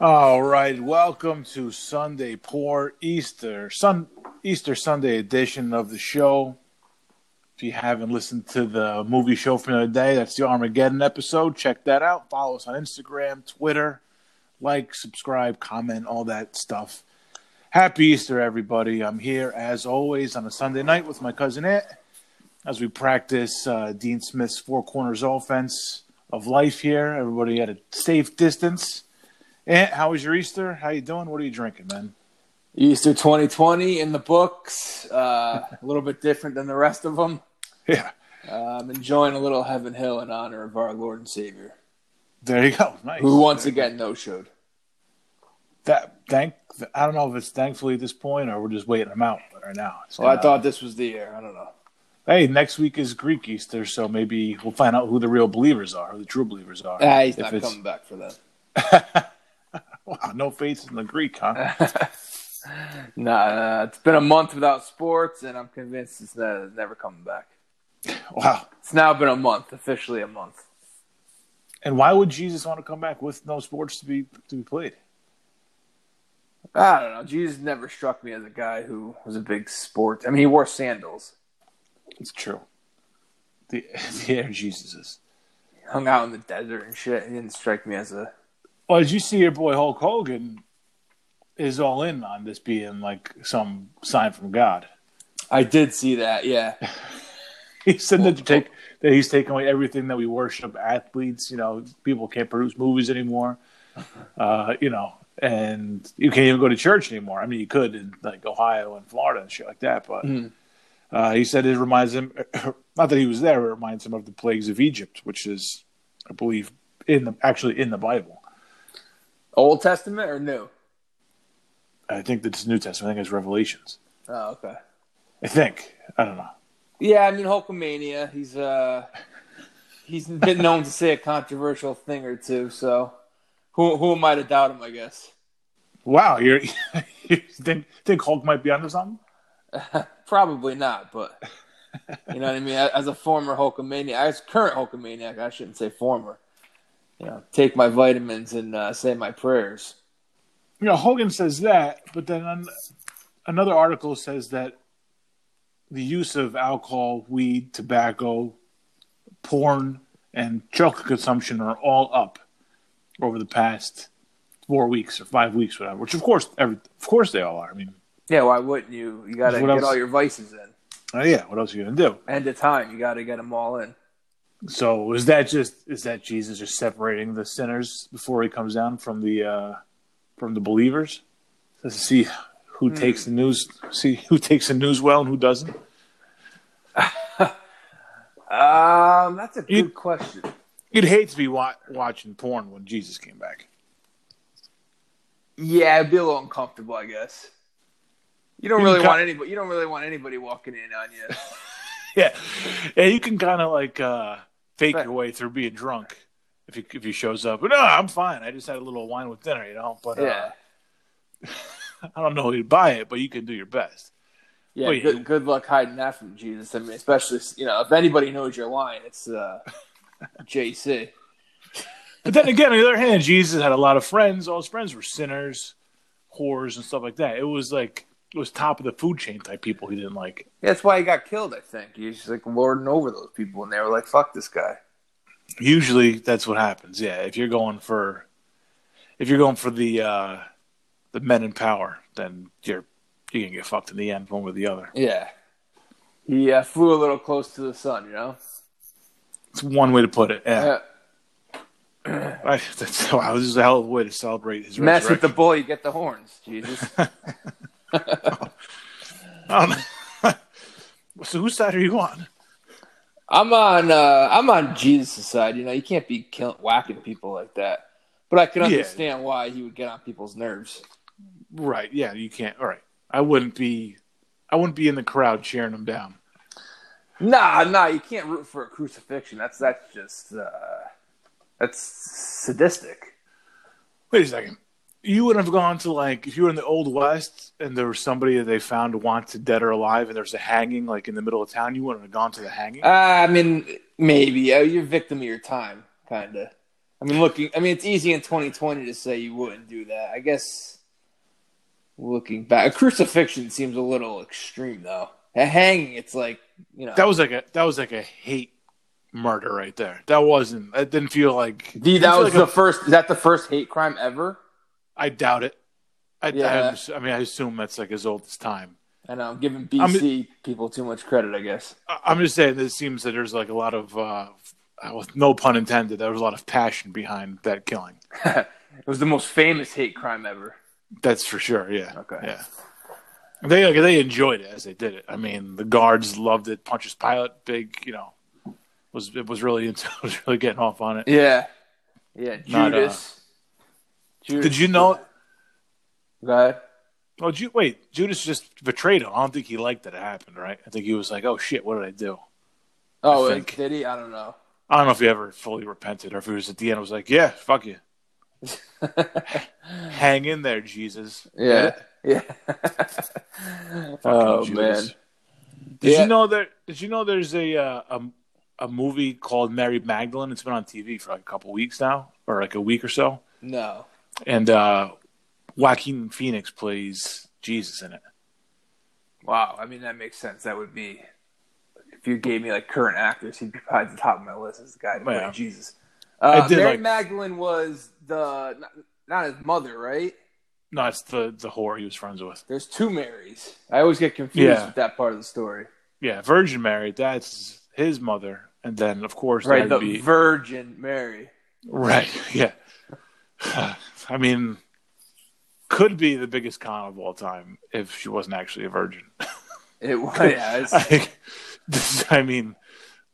All right, welcome to Sunday Pour Easter Sun Easter Sunday edition of the show. If you haven't listened to the movie show from the other day, that's the Armageddon episode. Check that out. Follow us on Instagram, Twitter, like, subscribe, comment, all that stuff. Happy Easter, everybody! I'm here as always on a Sunday night with my cousin Ant as we practice uh, Dean Smith's four corners offense of life here. Everybody at a safe distance. Ant, Eh, how was your Easter? How you doing? What are you drinking, man? Easter 2020 in the books. Uh, a little bit different than the rest of them. Yeah, Uh, I'm enjoying a little Heaven Hill in honor of our Lord and Savior, there you go. Nice. who once again no showed. that thank. I don't know if it's thankfully at this point or we're just waiting them out right now. So Well, I thought this was the year. I don't know. hey, next week is Greek Easter, so maybe we'll find out who the real believers are, who the true believers are. Ah, he's If not it's- coming back for that. Wow, no faith in the Greek, huh? Nah, uh, it's been a month without sports, and I'm convinced it's ne- never coming back. wow. It's now been a month, officially a month. And why would Jesus want to come back with no sports to be to be played? I don't know. Jesus never struck me as a guy who was a big sport. I mean, he wore sandals, It's true. The, the air Jesus is. hung out in the desert and shit. He didn't strike me as a Well, as you see, your boy Hulk Hogan is all in on this being like some sign from God. I did see that, yeah. He said that to take that he's taking away everything that we worship. Athletes, you know, people can't produce movies anymore. Uh, you know, and you can't even go to church anymore. I mean, you could in like Ohio and Florida and shit like that, but. Uh, he said it reminds him, not that he was there, it reminds him of the plagues of Egypt, which is, I believe, in the actually in the Bible. Old Testament or New? I think that's New Testament. I think it's Revelations. Oh, okay. I think. I don't know. Yeah, I mean Hulkamania. He's uh, he's been known to say a controversial thing or two. So, who who am I to doubt him? I guess Wow, you're, you think think Hulk might be onto something? probably not. But you know what I mean. As a former Hulkamaniac, as current Hulkamaniac, I shouldn't say former. You know, take my vitamins and uh, say my prayers. You know, Hogan says that, but then an, another article says that the use of alcohol, weed, tobacco, porn, and chocolate consumption are all up over the past four weeks or five weeks, whatever. Which, of course, every, of course, they all are. I mean, Yeah, why wouldn't you? You gotta What get else? all your vices in. oh, yeah, what else are you gonna do? End of time. You gotta get them all in. So is that just is that Jesus just separating the sinners before he comes down from the uh from the believers? To see who Hmm. takes the news see who takes the news well and who doesn't? Um, that's a good You- question. You'd hate to be wa- watching porn when Jesus came back. Yeah, it'd be a little uncomfortable, I guess. You don't really You got- want anybody. You don't really want anybody walking in on you. Yeah. Yeah, you can kinda like uh fake Right. your way through being drunk if he if he shows up. But no, I'm fine. I just had a little wine with dinner, you know. But Yeah, uh, I don't know who'd buy it, but you can do your best. yeah. wait. good, good luck hiding that from Jesus. I mean, especially you know, if anybody knows you're lying, it's uh, JC. But then again, on the other hand, Jesus had a lot of friends. All his friends were sinners, whores, and stuff like that. It was like it was top of the food chain type people he didn't like. That's why he got killed. I think he was just like lording over those people, and they were like, "Fuck this guy." Usually, that's what happens. Yeah, if you're going for, if you're going for the uh, the men in power, then you're you're gonna get fucked in the end, one way or the other. Yeah, he uh, flew a little close to the sun. You know. It's one way to put it. Yeah, Uh, I, that's, wow, this is a hell of a way to celebrate his mess with the resurrection. bull, you get the horns. Jesus. Um, so, whose side are you on? I'm on uh I'm on Jesus' side. You know, you can't be kill- whacking people like that. But I can Yeah. understand why he would get on people's nerves. Right. Yeah. You can't. All right. I wouldn't be. I wouldn't be in the crowd cheering him down. Nah, nah, you can't root for a crucifixion. That's that's just uh that's sadistic. Wait a second. You would have gone to like if you were in the old west and there was somebody that they found wanted dead or alive and there's a hanging like in the middle of town. You wouldn't have gone to the hanging. Uh, I mean, maybe uh, you're victim of your time, kind of. I mean, looking, I mean, it's easy in 2020 to say you wouldn't do that. I guess looking back, a crucifixion seems a little extreme though. A hanging, it's like you know, That was like a that was like a hate murder right there. That wasn't. That didn't feel like. the, I that feel was like the first. Is that the first hate crime ever? I doubt it. I, Yeah. I, abs- I mean, I assume that's like as old as time. I know I'm um, giving BC people too much credit. I guess. I- I'm just saying that it seems that there's like a lot of, uh, with no pun intended, there was a lot of passion behind that killing. It was the most famous hate crime ever. That's for sure. Yeah. Okay. Yeah. They like, they enjoyed it as they did it. I mean, the guards loved it. Punches Pilot, big, you know, was it was really into, was really getting off on it. Yeah, yeah. Judas. Not, uh, Judas. Did you know? Go ahead. Oh, Ju- wait, Judas just betrayed him. I don't think he liked that it happened, right? I think he was like, "Oh shit, what did I do?" Oh, I think- did he? I don't know. I don't know if he ever fully repented or if he was at the end. was like, "Yeah, fuck you, hang in there, Jesus." yeah, yeah. oh man. Judas. Did Yeah. you know that? Did you know there's a, uh, a a movie called Mary Magdalene? It's been on TV for like a couple weeks now, or like a week or so, No. and uh, Joaquin Phoenix plays Jesus in it. Wow. I mean, that makes sense. That would be if you gave me like current actors, he'd be probably at the top of my list as the guy who played Yeah. Jesus. Uh, I did Mary like- Magdalene was the not, not his mother, right? No, it's the the whore he was friends with. There's two Marys. I always get confused Yeah. with that part of the story. Yeah, Virgin Mary. That's his mother, and then of course Right, the that'd be Virgin Mary. right. Yeah, I mean, could be the biggest con of all time if she wasn't actually a virgin. It was. Yeah, it's, I, this, I mean,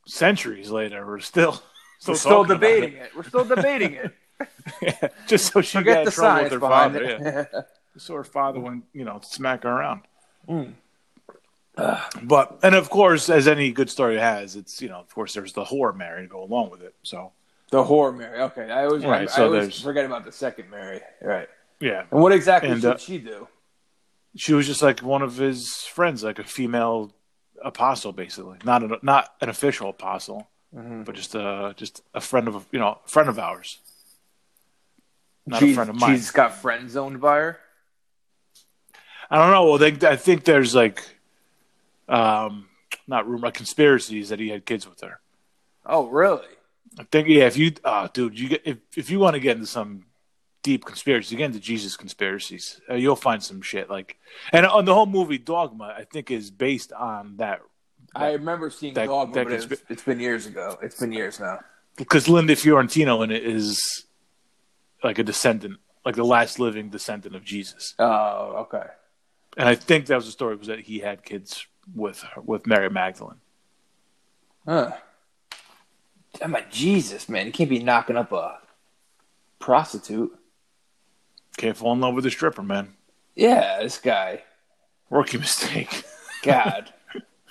centuries later, we're still we're still talking about it. debating it. We're still debating it. Just so she got Forget the in trouble with science her behind father. it. Yeah. So her father went, you know, smack her around. Mm. But and of course, as any good story has, it's you know, of course, there's the whore Mary to go along with it. So The whore Mary. Okay, I always, Right, I, so always there's- forget about the second Mary. Right. yeah, And what exactly And, did uh, she do? she was just like one of his friends, like a female apostle, basically. Not an not an official apostle, but just a just a friend of you know, a friend of ours. Not Jesus- a friend of mine. Jesus got friend zoned by her. I don't know. Well, they, I think there's like, um, not rumor, conspiracies that he had kids with her. Oh, really? I think, yeah, if you, uh, dude, you get, if, if you want to get into some deep conspiracy, get into Jesus conspiracies. Uh, you'll find some shit like, and on the whole movie Dogma, I think is based on that I remember seeing That- Dogma, that but it consp- was- it's been years ago. It's been years now. because Linda Fiorentino in it is like a descendant, like the last living descendant of Jesus. Oh, okay. And I think that was the story was that he had kids with, her- with Mary Magdalene. Huh. I'm a Jesus man. You can't be knocking up a prostitute. Can't fall in love with a stripper, man. Yeah, this guy. Rookie mistake. God,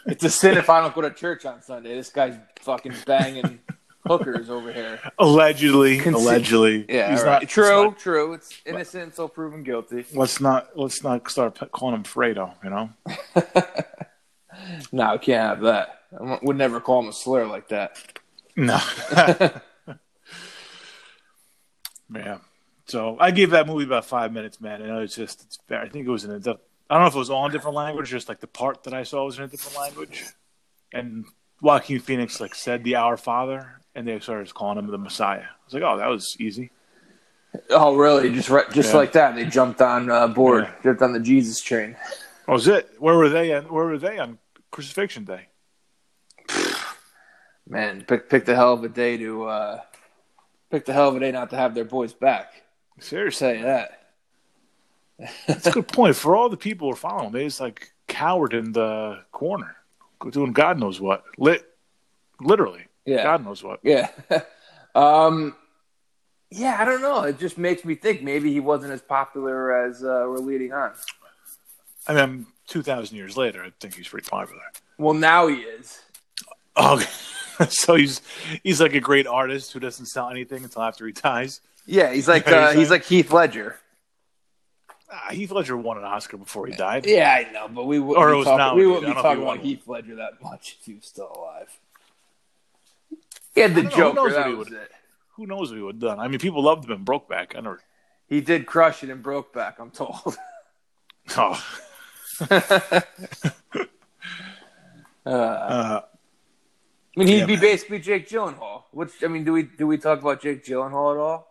it's a sin if I don't go to church on Sunday. This guy's fucking banging hookers over here. Allegedly, Consi- allegedly. Yeah, He's all right. not- true, he's not- true. It's innocent until proven guilty. let's not let's not start p- calling him Fredo. You know, No, we can't have that. I w- would never call him a slur like that. no. yeah. So I gave that movie about five minutes, man. And it was just, it's, fair. I think it was in a, diff- I don't know if it was all in different language, just like the part that I saw was in a different language. And Joaquin Phoenix like said the Our Father, and they started calling him the Messiah. I was like, oh, that was easy. Oh, really? Just right, just Yeah. like that? They jumped on uh, board, Yeah. jumped on the Jesus train. That was it. Where were they? On, where were they on Crucifixion Day? Man, pick pick the hell of a day to uh, pick the hell of a day not to have their boys back. Seriously. Tell you that. That's a good point. For all the people who are following, him, they just like cowered in the corner, doing God knows what. Lit, literally, Yeah. God knows what. Yeah. um, yeah, I don't know. It just makes me think maybe he wasn't as popular as uh, we're leading on. I mean, two thousand years later, I think he's pretty popular. Well, now he is. Oh, so he's he's like a great artist who doesn't sell anything until after he dies. Yeah, he's like You know what uh, I'm he's saying? like Heath Ledger. Uh, Heath Ledger won an Oscar before he died. Yeah, I know, but we wouldn't Or it be was talking, now, we dude. wouldn't I be don't talking think about he Heath Ledger that much if he was still alive. He had the I don't know. Who Joker. knows what That he was would- it. who knows what he would have done? I mean, people loved him in Brokeback. I never. He did crush it in Brokeback, I'm told. Oh, uh, I uh, mean, he'd yeah, be man. basically Jake Gyllenhaal. Which I mean, do we do we talk about Jake Gyllenhaal at all?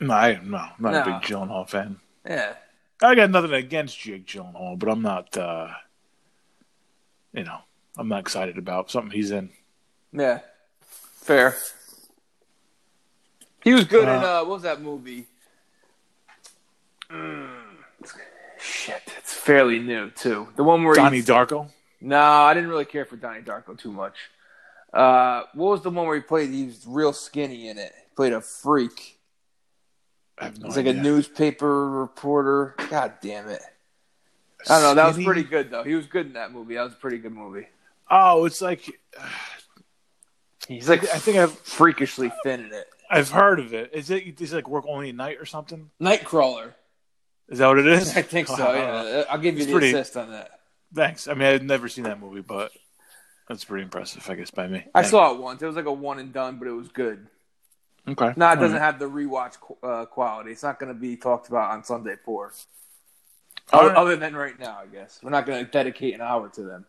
no, I am no, I'm not a No. big Gyllenhaal fan. Yeah, I got nothing against Jake Gyllenhaal, but I'm not. uh You know, I'm not excited about something he's in. yeah, fair. He was good in Uh, uh, what was that movie? Mm, Shit, it's fairly new too. The one where Donnie he's- Darko. No, I didn't really care for Donnie Darko too much. Uh, what was the one where he played? He was real skinny in it. He played a freak. I have no He's like a idea. newspaper reporter. God damn it! I don't know. That was Skinny? pretty good though. He was good in that movie. That was a pretty good movie. Oh, it's like He's like I think I've freakishly thin in it. I've heard of it. Is it? Is it like work only at night or something? Nightcrawler. Is that what it is? I think so. Wow. Yeah, I'll give you It's the pretty- assist on that. Thanks. I mean, I've never seen that movie, but that's pretty impressive, I guess, by me. I Thanks. saw it once. It was like a one and done, but it was good. Okay. No, it doesn't All right. have the rewatch qu- uh, quality. It's not going to be talked about on Sunday Four. All Other, right. other than right now, I guess we're not going to dedicate an hour to them.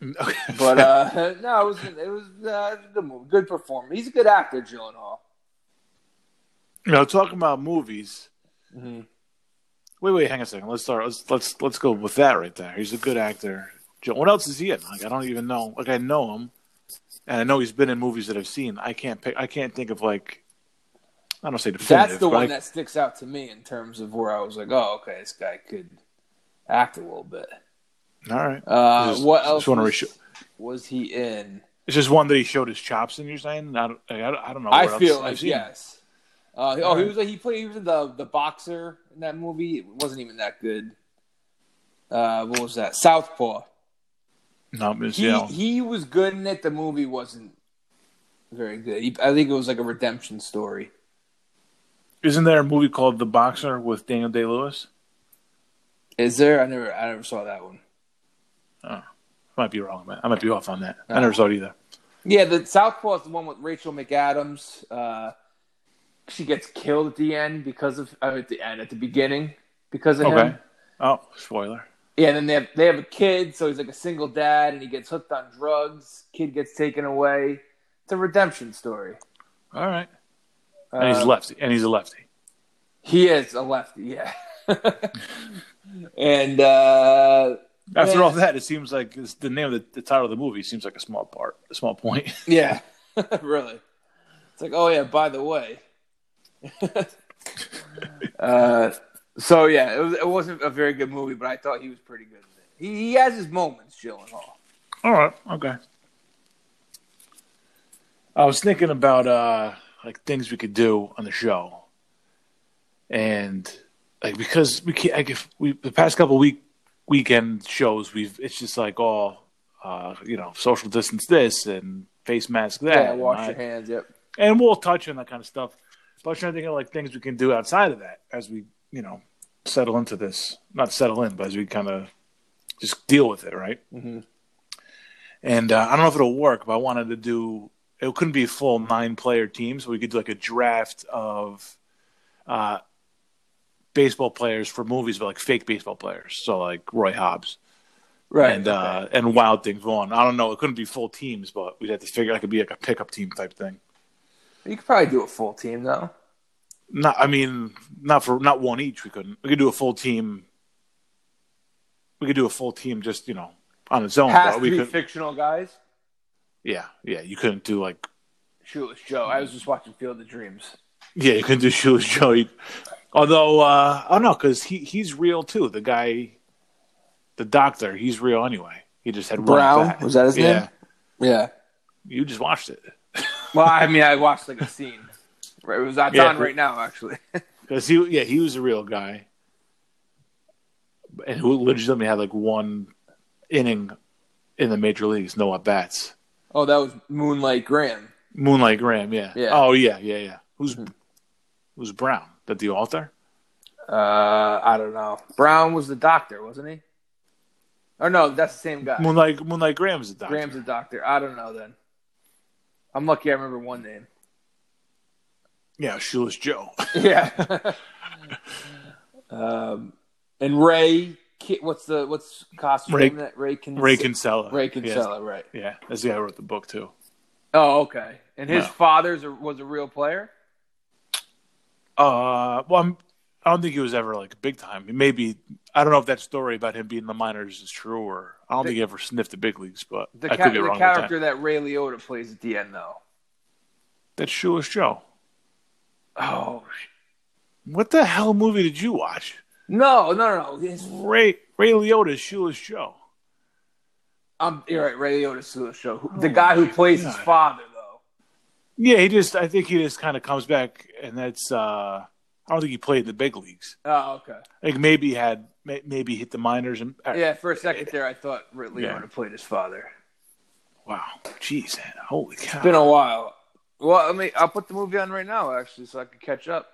Okay. But uh, no, it was it was uh, a good movie, good performance. He's a good actor, Gyllenhaal. you know, talking about movies. Mm-hmm. Wait, wait, hang on a second. Let's start. Let's let's let's go with that right there. He's a good actor. Joe, what else is he in? Like, I don't even know. Like, I know him, and I know he's been in movies that I've seen. I can't pick. I can't think of like. I don't say definitive. That's the but one I- that sticks out to me in terms of where I was like, oh, okay, this guy could act a little bit. All right. Uh, Just- what just else wanna was, resho- was he in? It's just one that he showed his chops in. You're saying? I don't. I don't, I don't know. I Oh, what feel else I've like seen. yes. Uh, oh, All he right. was like, he played he was the the boxer in that movie. It wasn't even that good. Uh, what was that? Southpaw. No, Miss He Yale. he was good in it. The movie wasn't very good. He, I think it was like a redemption story. Isn't there a movie called The Boxer with Daniel Day Lewis? Is there? I never I never saw that one. I might be wrong, man. I might be off on that. No. I never saw it either. Yeah, the Southpaw is the one with Rachel McAdams. Uh, she gets killed at the end because of uh, at the end at the beginning because of Okay. him. Oh, spoiler. Yeah, and then they have they have a kid, so he's like a single dad, and he gets hooked on drugs. Kid gets taken away. It's a redemption story. All right. And he's Uh, lefty. And he's a lefty. He is a lefty, yeah. and uh, After yeah. all that, it seems like it's the name of the, the title of the movie seems like a small part, a small point. yeah, really, it's like, oh yeah, by the way. uh, so yeah, it, was, it wasn't a very good movie, but I thought he was pretty good. In it. He, he has his moments, Gyllenhaal. all right. Okay. I was thinking about uh like things we could do on the show, and like because we can't like if we the past couple week weekend shows we've it's just like all uh you know social distance this and face mask that Yeah, and wash I- your hands. Yep. and we'll touch on that kind of stuff. But I was trying to think of like things we can do outside of that as we, you know, settle into this. Not settle in, but as we kind of just deal with it, right? hmm And uh, I don't know if it'll work, but I wanted to do. It couldn't be a full nine-player team, so we could do like a draft of uh, baseball players for movies, but like fake baseball players. So like Roy Hobbs Right. and uh, and Wild Thing Vaughn. I don't know. It couldn't be full teams, but we'd have to figure. It could be like a pickup team type thing. you could probably do a full team though. Not, I mean, not for not one each. We couldn't. We could do a full team. We could do a full team just you know on its own. Has but to Oh, we be could, fictional guys. yeah, yeah. You couldn't do like Shoeless Joe. I was just watching Field of Dreams. yeah. You couldn't do Shoeless Joey. Although uh, I don't know because he he's real too. The guy, the doctor, he's real anyway. He just had Brown? one back. Was that his yeah. name? Yeah. You just watched it Well, I mean, I watched like a scene. Right, it was that's Yeah. on right now actually. because he yeah he was a real guy, and who legitimately had like one inning in the major leagues, no at bats. Oh, that was Moonlight Graham. Moonlight Graham, yeah. Yeah. Hmm. Oh yeah, yeah, yeah. Who's who's Brown? That the author? Uh, I don't know. Brown was the doctor, wasn't he? Or no, that's the same guy. Moonlight Moonlight Graham's the doctor. Graham's the doctor. I don't know then. I'm lucky I remember one name. Yeah, Shoeless Joe. Yeah. um, and Ray, Ki- what's the what's costume? Ray- name that Ray Kinsella. Ray Kinsella. Ray Yes. Kinsella, right? Yeah, that's the guy who wrote the book too. Oh, okay. And his No. father's a, was a real player. Uh, well, I'm, I don't think he was ever like big time. Maybe I don't know if that story about him being in the minors is true, or I don't The- think he ever sniffed the big leagues. But The, I ca- could be the wrong. With that. character that Ray Liotta plays at the end, though. That's Shoeless Joe. Oh sh- What the hell movie did you watch? no, no, no, no. His, Ray Ray Liotta's Shoeless Joe. I'm you're right. Ray Liotta's Sula Show. Who- the guy who plays his Oh God. father, though. Yeah, he just I think he just kind of comes back, and that's uh, I don't think he played in the big leagues. Oh, okay. I think maybe he had may- maybe hit the minors and uh, Yeah, for a second there, I thought Ray Liotta Yeah. played his father. Wow, jeez, holy cow! It's been a while. Well, I mean, I'll put the movie on right now, actually, so I can catch up.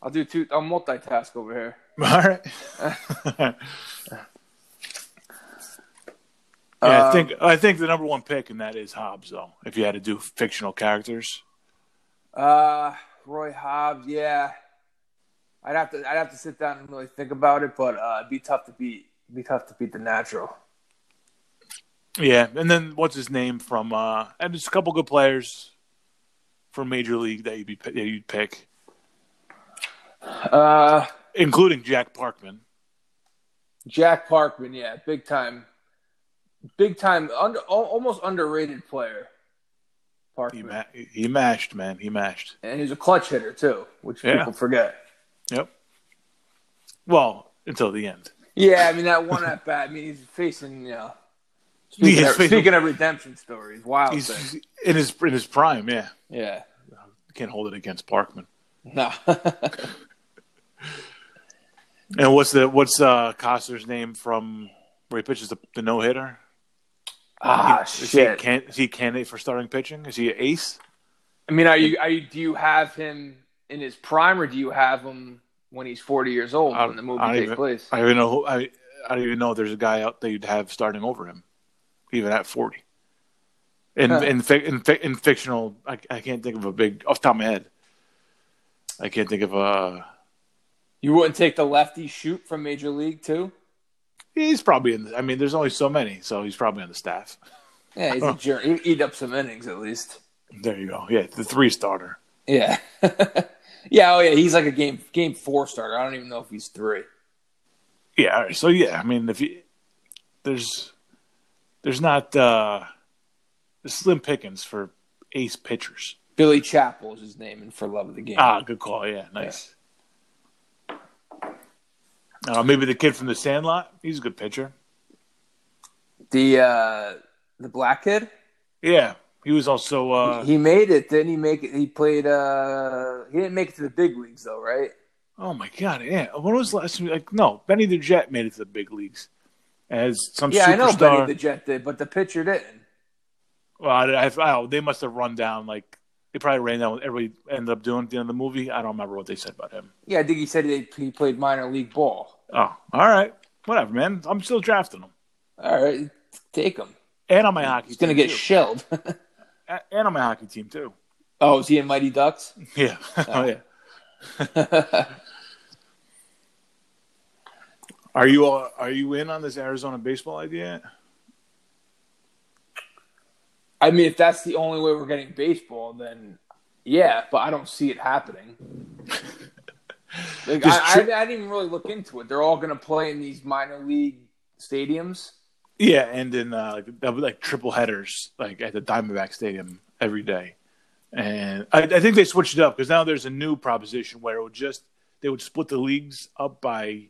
I'll do two. I'll multitask over here. All right. yeah, I Um, think I think the number one pick and that is Hobbs though. If you had to do fictional characters, Uh, Roy Hobbs. Yeah, I'd have to. I'd have to sit down and really think about it, but uh, it'd be tough to beat. It'd be tough to beat the natural. yeah, and then what's his name from? uh And there's a couple good players from Major League that you'd be that you'd pick, Uh, including Jack Parkman. Jack Parkman. Yeah, big time. Big time. Under al- almost underrated player. He Parkman, ma- he mashed, man, he mashed. and he's a clutch hitter too, which Yeah. people forget. Yep. Well, until the end. Yeah, I mean that one at bat. I mean he's facing you know. Speaking, he's of, facing- speaking of redemption stories, wild thing. He's in his in his prime. Yeah, Yeah, can't hold it against Parkman. no. And what's the what's uh Costner's name from where he pitches the, the no hitter? ah Is he, a shit. can, is he a candidate for starting pitching? Is he an ace? I mean, are you, are you do you have him in his prime, or do you have him when he's forty years old I- when the movie I takes even- place? I don't even know. Who, I I don't even know if there's a guy out there you'd have starting over him, even at forty. In Huh. in, fic, in fic, in fictional, I, I can't think of a big off the top of my head. I can't think of a. you wouldn't take the lefty shoot from Major League too? He's probably in. The, I mean, there's only so many, so he's probably on the staff. Yeah, he's a jerk. He'd eat up some innings at least. There you go. Yeah, the three starter. Yeah, yeah, oh yeah. He's like a game game four starter. I don't even know if he's three. Yeah. All right. So yeah, I mean, if you there's there's not uh, there's slim pickings for ace pitchers. Billy Chappell is his name, and for love of the game. Ah, good call. Yeah, nice. Uh, maybe the kid from the Sandlot. He's a good pitcher. the uh, the black kid. Yeah, he was also. Uh, he made it, didn't he? Make it. He played. uh He didn't make it to the big leagues though, right? oh my god, yeah. When was the last? Like, no, Benny the Jet made it to the big leagues as some Yeah, superstar. I know Benny the Jet did, but the pitcher didn't. well, I, I, oh, they must have run down. Like they probably ran down. What everybody ended up doing at the end of the movie. I don't remember what they said about him. Yeah, I think he said he, he played minor league ball. Oh, all right, whatever, man. I'm still drafting him, All right, take him. and on my hockey. He's gonna team get too. shelled. A- and on my hockey team too. oh, is he in Mighty Ducks? Yeah. oh yeah. Are you all, are you in on this Arizona baseball idea? I mean, if that's the only way we're getting baseball, then yeah, but I don't see it happening. Like, Just I, tri- I, I didn't even really look into it. They're all gonna play in these minor league stadiums. Yeah, and in uh, like, that was like triple headers like at the Diamondback Stadium every day, and I, I think they switched it up because now there's a new proposition where it would just they would split the leagues up by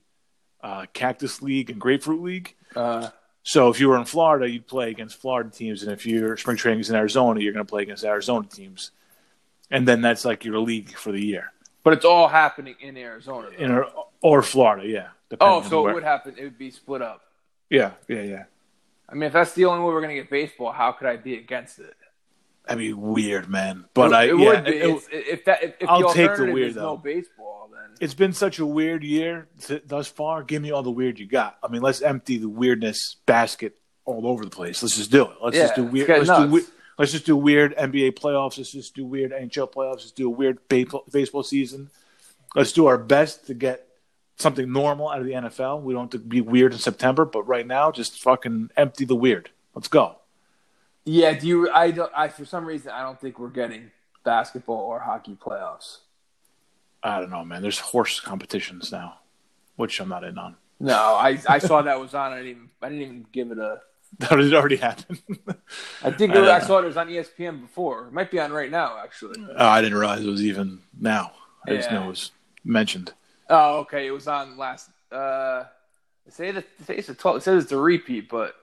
uh, Cactus League and Grapefruit League. Uh, So if you were in Florida, you'd play against Florida teams, and if your spring training is in Arizona, you're going to play against Arizona teams, and then that's like your league for the year, but it's all happening in Arizona. though. in or, or Florida, yeah. oh, depending on so where- it would happen. It would be split up. Yeah, yeah, yeah. I mean, if that's the only way we're gonna get baseball, how could I be against it? That'd be weird, man. But I, it yeah, would be it- It's- if that if, if I'll the take the alternative weird, is no though. baseball, then it's been such a weird year th- thus far. Give me all the weird you got. I mean, let's empty the weirdness basket all over the place. Let's just do it. Let's Yeah, just do let's weird. get Let's, do nuts. we- Let's just do weird NBA playoffs. Let's just do weird NHL playoffs. Let's do a weird baseball baseball season. Let's do our best to get something normal out of the NFL. We don't have to be weird in September, but right now, just fucking empty the weird. Let's go. Yeah, do you? I don't. I for some reason I don't think we're getting basketball or hockey playoffs. I don't know, man. There's horse competitions now, which I'm not in on. No, I I saw that was on. I didn't. Even, I didn't even give it a. That already happened. oh, I think I it, don't I know. saw it was on E ESPN before. It might be on right now, actually. Oh, I didn't realize it was even now. I just Yeah. know it was mentioned. Oh, okay. It was on last. Uh, they say that they say it's a twelve. It says it's a repeat, but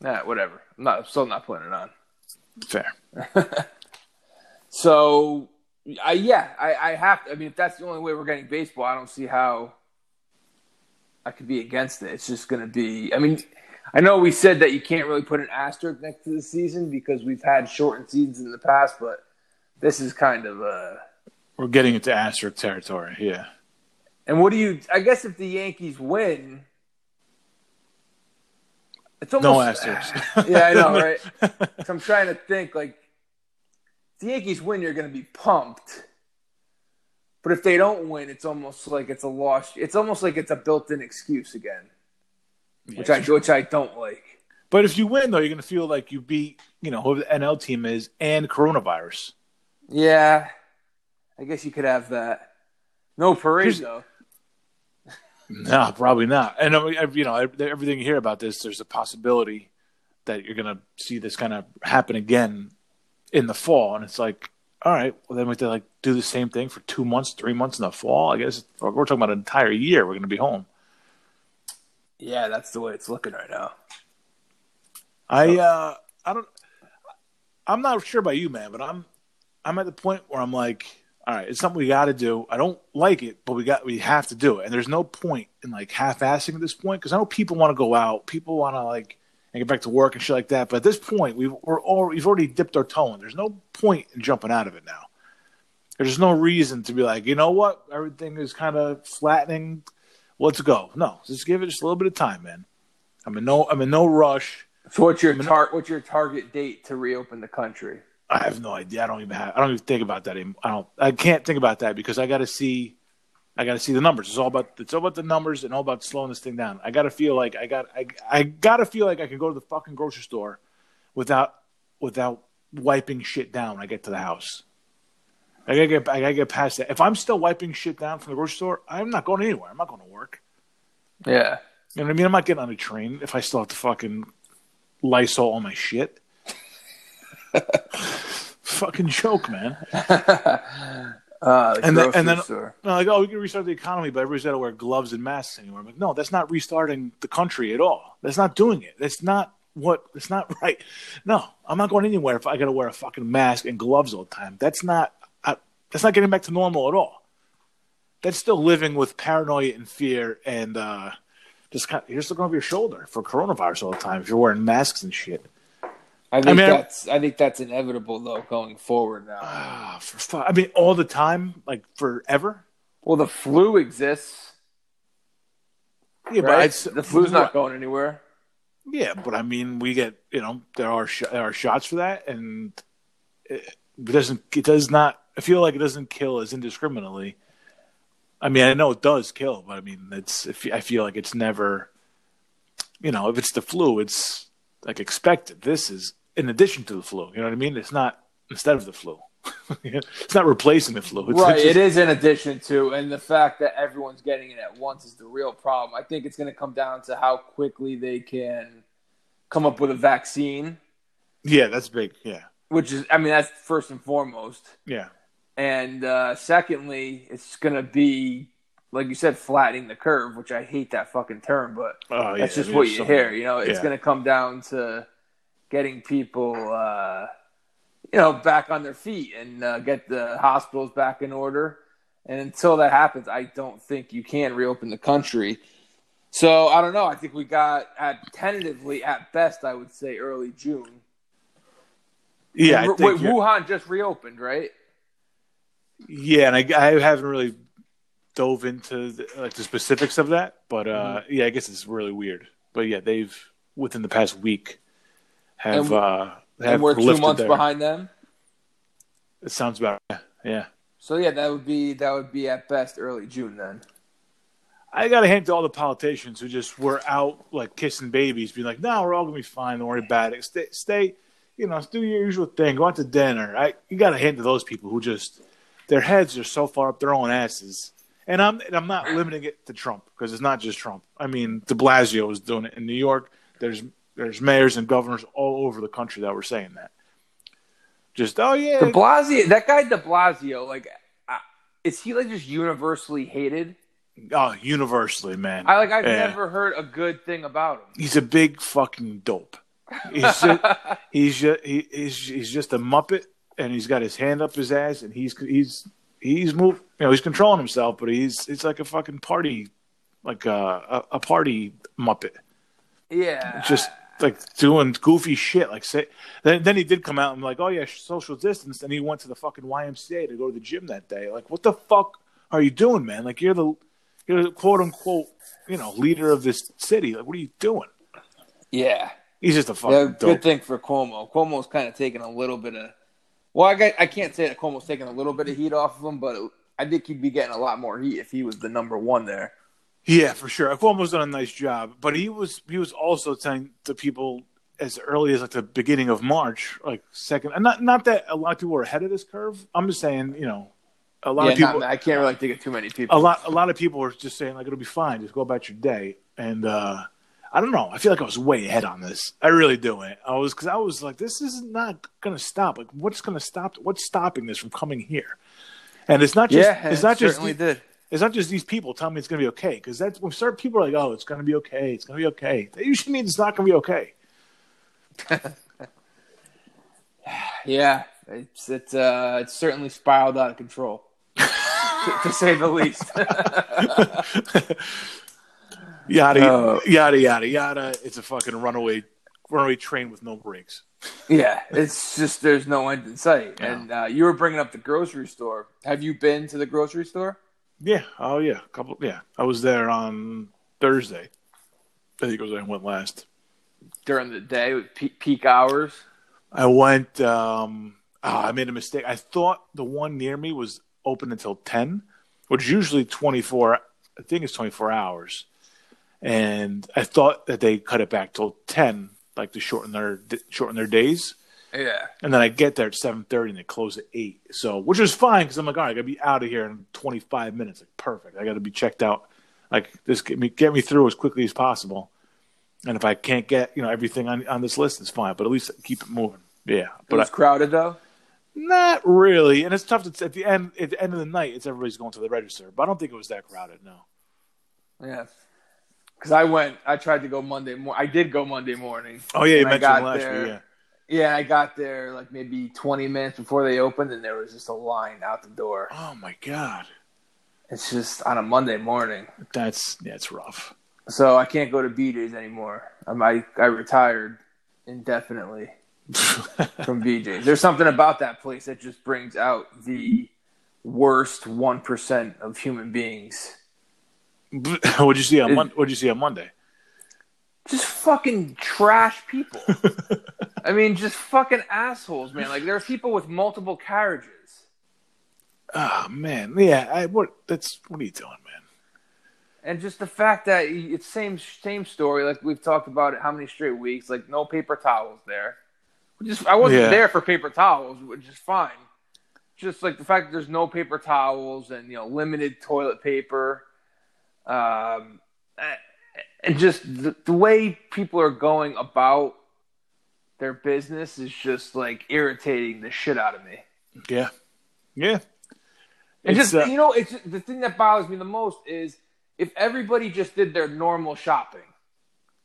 nah, whatever. I'm not. I'm still not putting it on. Fair. So, I yeah, I, I have. To, I mean, if that's the only way we're getting baseball, I don't see how I could be against it. It's just going to be. I mean, I know we said that you can't really put an asterisk next to the season because we've had shortened seasons in the past, but this is kind of a. We're getting into asterisk territory. Yeah. And what do you? I guess if the Yankees win, it's almost No asterisks. yeah, I know, right? So I'm trying to think like if the Yankees win, you're going to be pumped. But if they don't win, it's almost like it's a lost. It's almost like it's a built-in excuse again, which I which I don't like. But if you win, though, you're going to feel like you beat, you know, who the NL team is and coronavirus. Yeah, I guess you could have that. No parade Here's- though. Mm-hmm. No, probably not. And, I mean, I- you know, ev- everything you hear about this, there's a possibility that you're going to see this kind of happen again in the fall. And it's like, all right, well, then we have to, like, do the same thing for two months, three months in the fall. I guess we're we're talking about an entire year. We're going to be home. Yeah, that's the way it's looking right now. I uh I don't I'm not sure about you, man, but I'm I'm at the point where I'm like, all right, it's something we got to do. I don't like it, but we got we have to do it. And there's no point in like half-assing at this point because I know people want to go out, people want to like and get back to work and shit like that. But at this point, we've we're all we've already dipped our toe in. There's no point in jumping out of it now. There's no reason to be like, you know what, everything is kind of flattening. Let's go. No, just give it just a little bit of time, man. I'm in no I'm in no rush. So what's your tar- what's your target date to reopen the country? I have no idea. I don't even have. I don't even think about that. Anymore. I don't. I can't think about that because I got to see. I got to see the numbers. It's all about. It's all about the numbers and all about slowing this thing down. I got to feel like I got. I I got to feel like I can go to the fucking grocery store, without without wiping shit down. When I get to the house. I gotta get. I gotta get past that. If I'm still wiping shit down from the grocery store, I'm not going anywhere. I'm not going to work. Yeah. You know what I mean? I'm not getting on a train if I still have to fucking Lysol all my shit. fucking joke, man. Uh, And then- and then- store. No, like, oh, we can restart the economy, but everybody's got to wear gloves and masks anymore. I'm like, no, that's not restarting the country at all. That's not doing it. That's not what. That's not right. No, I'm not going anywhere if I got to wear a fucking mask and gloves all the time. That's not. I, that's not getting back to normal at all. That's still living with paranoia and fear, and uh, just kind you're just looking over your shoulder for coronavirus all the time if you're wearing masks and shit. I think mean, I- that's I think that's inevitable though going forward now. Ah, for fu- I mean, all the time, like forever. Well, the flu exists. Yeah, Right? it's- the flu's not going anywhere. Yeah, but I mean, we get you know there are sh- there are shots for that, and it doesn't it does not I feel like it doesn't kill as indiscriminately. I mean, I know it does kill, but I mean, it's if I feel like it's never, you know, if it's the flu, it's like expected. This is in addition to the flu. You know what I mean? It's not instead of the flu. it's not replacing the flu. It's, right, it's it is in addition to, and the fact that everyone's getting it at once is the real problem. I think it's going to come down to how quickly they can come up with a vaccine, Yeah, that's big. Yeah, which is, I mean, that's first and foremost. yeah. And uh, secondly, it's going to be, like you said, flattening the curve, which I hate that fucking term, but Oh, that's yeah, just I mean, what it's you so- hear. You know, it's yeah. going to come down to getting people, uh, you know, back on their feet and uh, get the hospitals back in order. And until that happens, I don't think you can reopen the country. So I don't know. I think we got at tentatively at best, I would say early June. Yeah, I Wait, think you're- Wuhan just reopened, right? Yeah, and I, I haven't really dove into the, like the specifics of that, but uh, Mm-hmm. yeah, I guess it's really weird. But yeah, they've within the past week have And- uh, have and we're two lifted months their- behind them. It sounds about right. yeah. So yeah, that would be that would be at best early June then. I got to hand to all the politicians who just were out like kissing babies, being like, "No, we're all gonna be fine. Don't worry about it. Stay, stay, you know, do your usual thing. Go out to dinner." I you got to hand to those people who just their heads are so far up their own asses. And I'm and I'm not limiting it to Trump because it's not just Trump. I mean, De Blasio is doing it in New York. There's there's mayors and governors all over the country that were saying that. Just oh yeah, De Blasio, that guy De Blasio, like, I, is he like just universally hated? oh universally, man. I like I've Yeah. never heard a good thing about him. he's a big fucking dope. He's just, he's just, he, he's he's just a muppet, and he's got his hand up his ass, and he's he's he's move you know he's controlling himself, but he's it's like a fucking party, like uh, a a, a party muppet, Yeah, just like doing goofy shit. Like say then then he did come out and like oh yeah social distance, and he went to the fucking YMCA to go to the gym that day. Like what the fuck are you doing, man? Like you're the you're the quote unquote you know leader of this city. Like what are you doing? yeah. He's just a fucking Yeah, dope. good thing for Cuomo. Cuomo's kind of taking a little bit of. Well, I got, I can't say that Cuomo's taking a little bit of heat off of him, but it, I think he'd be getting a lot more heat if he was the number one there. Yeah, for sure. Cuomo's done a nice job, but he was he was also telling the people as early as like the beginning of March, like second. And not not that a lot of people were ahead of this curve. I'm just saying, you know, a lot Yeah, of people, not- I can't really think of too many people. a lot a lot of people were just saying like it'll be fine, just go about your day. And uh I don't know. I feel like I was way ahead on this. I really do. It. I was because I was like, this is not going to stop. Like, what's going to stop? What's stopping this from coming here? And it's not just yeah, it's it not just certainly did. it's not just these people telling me it's going to be okay because that's when certain people are like, oh, it's going to be okay, it's going to be okay. They usually mean it's not going to be okay. Yeah, it's it's uh, it's certainly spiraled out of control, to, to say the least. Yada Uh, yada yada yada. It's a fucking runaway runaway train with no brakes. yeah, it's just there's no end in sight. And uh, you were bringing up the grocery store. Have you been to the grocery store? Yeah. Oh yeah. Couple. Yeah. I was there on Thursday. I think it was when I went last. during the day with pe- peak hours. I went. um oh, I made a mistake. I thought the one near me was open until ten, which is usually twenty four. I think it's twenty four hours, and I thought that they cut it back till ten, like to shorten their shorten their days. Yeah. And then I get there at seven thirty, and they close at eight. So, which was fine because I'm like, all right, I gotta be out of here in twenty five minutes. Like, perfect. I gotta be checked out. Like, this get me get me through as quickly as possible. And if I can't get you know everything on on this list, it's fine. But at least keep it moving. Yeah, But it but I, was crowded though. not really. And it's tough to at the end at the end of the night, it's everybody's going to the register. But I don't think it was that crowded. No. Yeah. Because I went, I tried to go Monday morning. I did go Monday morning. Oh yeah, you When I got mentioned last there, year. Yeah. Yeah, I got there like maybe 20 minutes before they opened, and there was just a line out the door. Oh my god, It's just on a Monday morning. that's that's rough. So I can't go to B D's anymore. I'm, I, I retired indefinitely from BJ's. There's something about that place that just brings out the worst 1% of human beings. what'd you see on Mon- What'd you see on Monday? just fucking trash people. I mean, just fucking assholes, man. Like there are people with multiple carriages. Oh man, yeah. I what? That's what are you doing, man? And just the fact that it's same same story, like we've talked about it how many straight weeks, like no paper towels there. We Just I wasn't Yeah. there for paper towels, which is fine. Just like the fact that there's no paper towels and you know limited toilet paper, um, eh, and just the, the way people are going about their business is just like irritating the shit out of me. Yeah, yeah. It It's, just uh, you know, it's the thing that bothers me the most is if everybody just did their normal shopping,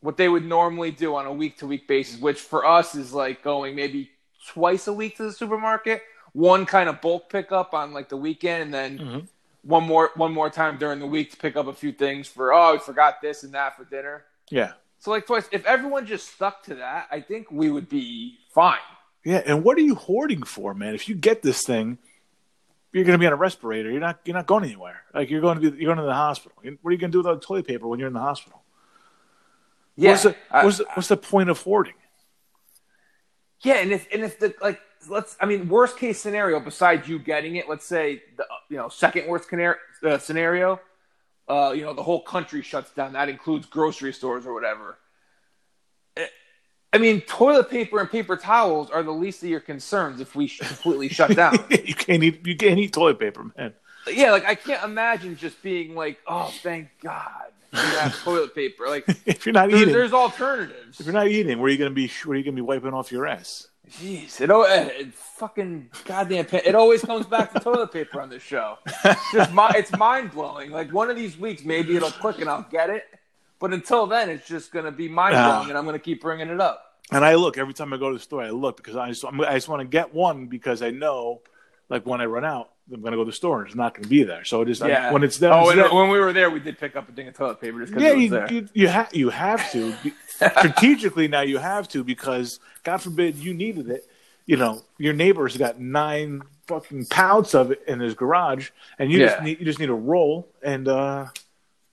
what they would normally do on a week to week basis, which for us is like going maybe twice a week to the supermarket, one kind of bulk pickup on like the weekend, and then Mhm. one more one more time during the week to pick up a few things for oh I forgot this and that for dinner. yeah, So like twice, if everyone just stuck to that, I think we would be fine. yeah. And what are you hoarding for, man? If you get this thing, you're going to be on a respirator. You're not. You're not going anywhere. Like you're going to be. You're going to the hospital. What are you going to do without toilet paper when you're in the hospital? Yeah, What's the, I- what's, the, what's the point of hoarding? Yeah, and if and if the like let's I mean worst case scenario besides you getting it, let's say the you know second worst canar- uh, scenario, uh, you know the whole country shuts down. That includes grocery stores or whatever. Eh, I mean, toilet paper and paper towels are the least of your concerns if we sh- completely shut down. you can't eat. You can't eat toilet paper, man. yeah, like I can't imagine just being like, oh, thank God, we have toilet paper. Like If you're not there- eating, there's alternatives. if you're not eating, where are you going to be? Where are you going to be wiping off your ass? Jeez, it, al- it, it fucking goddamn pa- it always comes back to toilet paper on this show. It's just mi- it's mind blowing. Like one of these weeks, maybe it'll click and I'll get it. But until then, it's just gonna be mind Ah. blowing, and I'm gonna keep bringing it up. And I look every time I go to the store. I look because I just I'm, I just want to get one because I know, like when I run out, I'm going to go to the store and it's not going to be there. So it is Yeah, when it's there. Oh, it's and there. when we were there, we did pick up a thing of toilet paper just because yeah, it was you, there. you you have you have to Be- strategically now. You have to because God forbid you needed it. You know your neighbor's got nine fucking pounds of it in his garage, and you just Yeah. need you just need a roll, and uh,